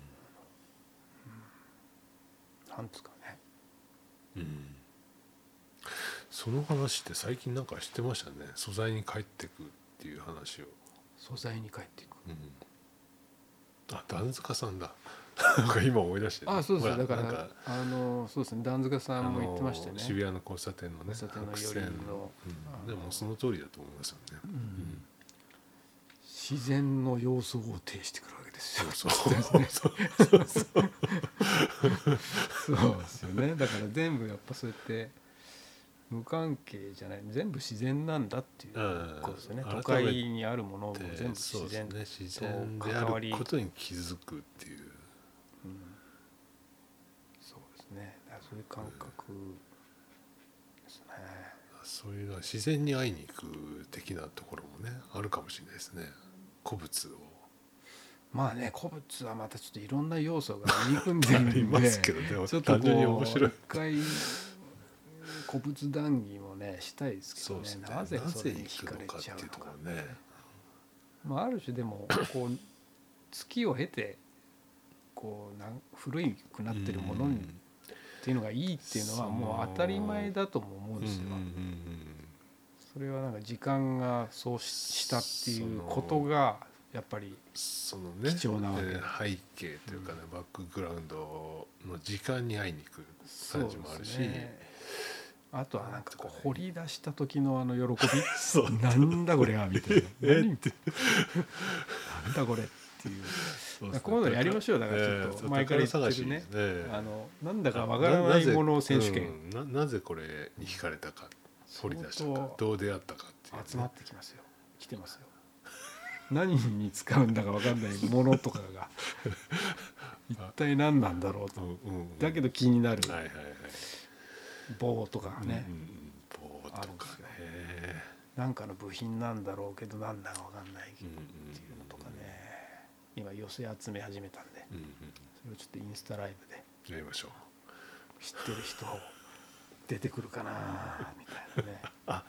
なんですかね。
うんうんその話って最近なんか知ってましたね素材に帰ってくっていう話を、
素材に帰っていく。
うん、あ段塚さんだ なんか今思い出してね
あ、そうです
ほ
ね。だから
なんか
あのそうですね。段塚さんも言ってましたね
あの。渋谷の交差点のね
交差点の
白
寄り
線
の
うんでもその通りだと思いますよね、
うん自然の様子を呈してくるわけですよ。
そうそう そうそう
そうですよね。だから全部やっぱそうやって無関係じゃない、全部自然なんだっていう
うん
ことですよね。
改
都
めて
会にあるものも全部
そ
自
うです
然
ね自然であることに気づくっていう
うんそうですね。だからそういう感覚ですね。
そういうのは自然に会いに行く的なところもねあるかもしれないですね古物を
まあね、古物はまたちょっといろんな要素が入り組んで る
あ
んで
りますけどね
ちょっと
単純に
こ
面
う
白い
一回古物談義もねしたいですけ
そ
ど
うで
ね
すね
なぜ
な
それ
ぜ
に
行
惹
く
か
の
れ
かって
ちゃ
いうう
の
とこ
か
ろ。ね
まあ、ある種でもこう月を経てこうなん古いくなってるものにっていうのがいいっていうのは
その
もう当たり前だとも思うん
うんう
で
ん
すよ。それはなんか時間がそうししたっていうことがやっぱり
そのね
貴重なわけ
えー背景というかねバックグラウンドの時間に会いに行く
そう
感
で
じもあるし
すね。あとはなんかこう掘り出した時のあの喜び
そう
なんだこれはみたいな
え
何なんだこれっていう
そうですね
こういうのやりましょうだからちょっと
ええ
前から言ってるね
宝探しですね
あのなんだかわからないもの選手権
ななぜ,うん、ななぜこれに惹かれたか掘り出した
相
か
当
どう出会ったかっていうね、
集まってきますよ来てますよ 何に使うんだかわかんないものとか が一体何なんだろう
う
と
んうんうん
だけど気になる
はいはいはい
棒とかね
うんうん、棒とかね
なんかの部品なんだろうけど何だかわかんないって
う
い
んうん
うのとかね今寄せ集め始めたんで
うんうん
それをちょっとインスタライブで
やりましょう
知ってる人出てくるかなみたい なね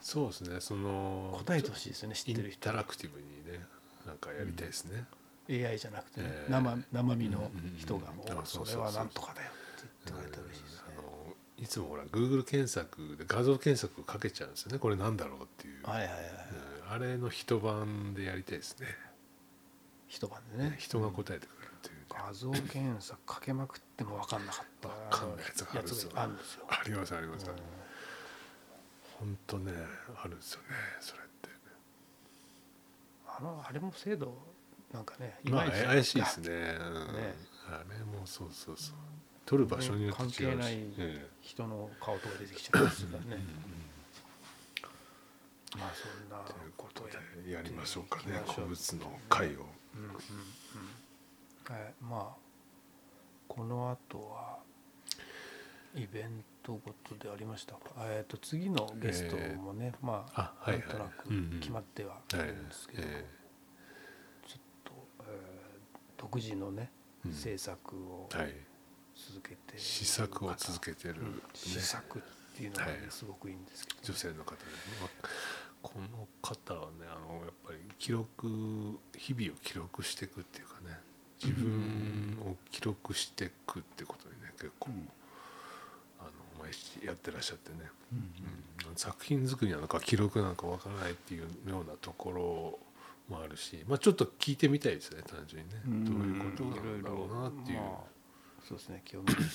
そうですねその
答えてほしいですよね知
イ
ってる
ンタ
人
ラクティブにねなんかやりたいですね、
AI じゃなくてね、
えー
生生身の人が
うん
も
うんうんあ
うそ
そうそ
れ
うそう
はなんとかだよって言ってくれたら嬉しいですね
あのいつもほら Google 検索で画像検索かけちゃうんですよねこれなんだろうっていう、
はいはいはい
うんあれの一晩でやりたいですね
一晩でね
人が答えてくれるっていうね、
画像検索かけまくっても分かんなかった
わかんないやつがあるんですよ
やつがあるんですよ
ありますあります、本当ねあるんですよねそれって
あのあれも精度なんかね
まあ
いまいち
怪しいですね,、うん、
ね
あれもそうそうそう撮る場所によって違うし、
関係ない
え
人の顔とか出てきちゃうんですからねまあそんな
えというこ
こと
と
をやって
でやりましょうかね
いきましょ
古
う
物の会を、
うんうんうんはいまあこの後はイベントごとでありましたかえっ、と次のゲストもね、まあ
あはいはい
なんとな
うんうん
く決まってはあ
は
る
い
んですけど、
え
ちょっと、えー独自のね
うん
制作を
えはい
続けている方、
試作を続けてる、ね
うん試作っていうのがね、
はい
すごくいいんですけど、
女性の方で、まあこの方はねあのやっぱり記録日々を記録していくっていうかね自分を記録していくってことにね結構、あの毎日やってらっしゃってね、うん作品作りなのか記録なのかわからないっていうようなところもあるし、まあ、ちょっと聞いてみたいですね単純にね、どういうことなんだろうなっていう。
ろろまあそうですね興味深いで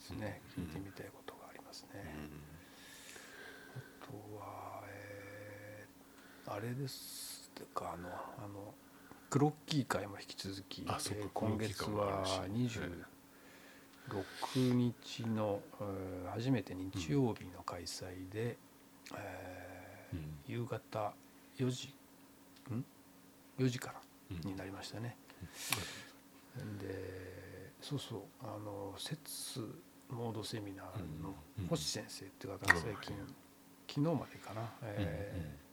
すね
う
聞
ん
いてみたいことがありますね、あとはえーあれですかあのあのクロッキー会も引き続き、え
あそうか
ー
クロ
今
ッキー
月
会もあ
は
るし
26日の、えー初めて日曜日の開催で、えー
うん
夕方4時ん4時から
うん
になりましたね。でそうそうあの節モードセミナーの
うん
星先生っていう方が最
はい
近、昨日までかな、えー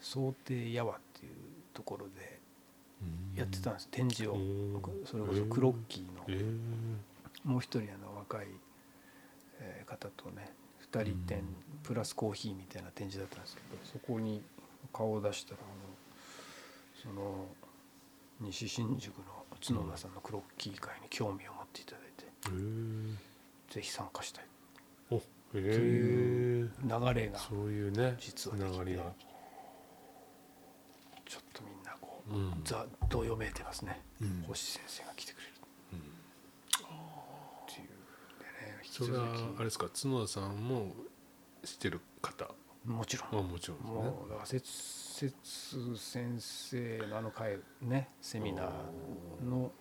想定やわっていうところで
うん
やってたんです展示を、
うん
それこそクロッキーの、
えー
もう一人あの若い、えー方とね2人展、
うん
プラスコーヒーみたいな展示だったんですけどそこに顔を出したらあのその西新宿の角田さんのクロッキー会に興味を持っていただいて、
へえ
ぜひ参加したい
おへ
とい
え
う流れがち
そ
ょ
ういうね
実はできて
流れが
っとみんなこう、
うん
ざっと読めいてますね、
うん
星先生が来てくれる
うん
っていうんでね引き
それ
続
はあれ
き
ですか角田さんも知ってる方
もちろん
あもちろんですね
もうだから節節先生のあの会ねセミナーの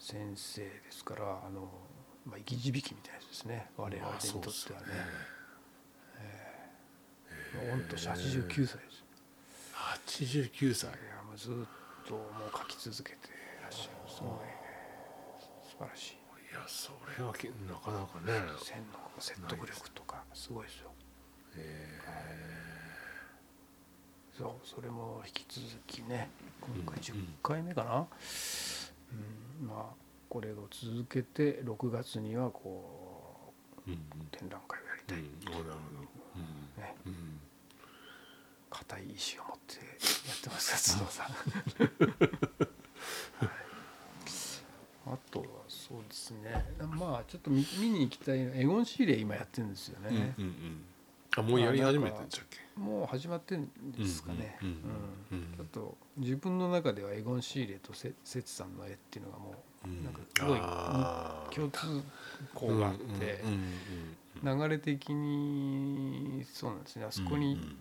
先生ですからあの、まあ、生き字引きみたいなやつですね我々
まあ
に
そう
と
で
っ
す
て
よ
は
ね
ね御年89歳ですい
89歳
やもうずっともう書き続けていらっしゃるすごいね素晴らしい
いやそれはけなかなかね
線の説得力とかすごいですよ
え
そうそれも引き続きね
ん
今回10回目かな、うんまあこれを続けて6月にはこ
えうん
う展覧会をやり
う
たい、
んおなるほど
ね
うんうん
固い意志を持ってやってます角田さん、 はい、あとはそうですねまあちょっと見見に行きたいエゴンシーレ今やってるんですよね、
うんうんあもうやり始めてんじゃっけ
もう始まってるんですかね、
うんうんうん
うんちょっと自分の中ではエゴン・シーレとセセツさんの絵っていうのがもうなんかすごい
あー
共通項があって、
うんうんう
流
ん
れ的にそうなんですねあそこ
うんう
に
ん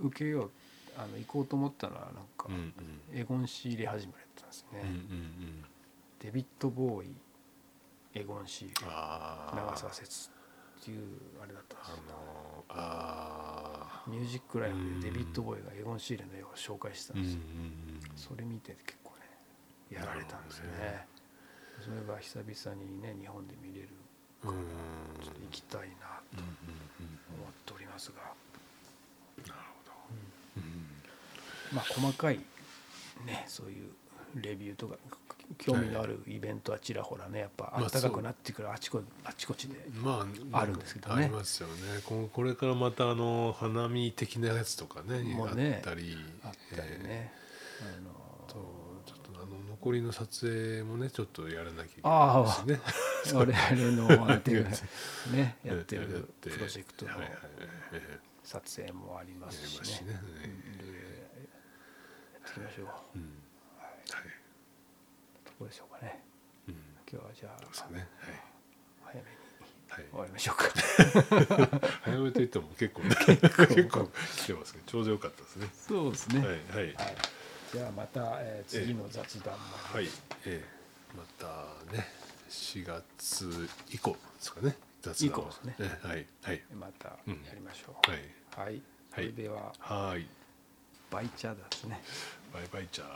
受けようあの行こうと思ったのはなんか
うんうん
エゴン・シーレ始まりだったんですね、
うんうん
デビッド・ボーイエゴン・シーレ
ああ
長澤節っていうあれだったんですよ
あのあ
ミュージックライブでデビッド・ボーイがエゴン・シーレの絵を紹介してた
ーうんん
で
う
すよ、
ん
それ見て結構ねやられたんですね
なる
それが久々にね日本で見れる
うんうん
ちょっと行きたいなと
うん
思っておりますが、
なるほどうん
まあ細かいねそういうレビューとか興味のあるイベントはちらほらねやっぱ
まあ
暖かくなってくるあちこあちこちで
まあ
あるんですけどね
ありますよねここれからまたあの花見的なやつとかね
もうね
あったり
あったり
え
ね、あの
ーとちょっとあの残りの撮影もねちょっとやらなき
あ
ゃいけないしね
我々のあれで ね
や
やって
や
る
って
プロジェクトの
はいはいはいえ
撮影もありま
え
す
やります
し
し
ね
ね
いろいろやっていきましょう
えうんはい
どうでしょうかね
うん
今日はじゃあ
そうですね
早めに
は
終
いはい
わりましょうか
早めといっても結構ね結構来てますねちょうどよかったですね
そうですね、
はいはい
はい、じゃあまた、えー次の雑談も
はい、ええ、またね4月以降ですかね雑談
以降
は
ですね
ええはいはい
またや
うん
りましょう、
はい
はい、それでは
はい
バイチャーですね
バイバイじゃあ。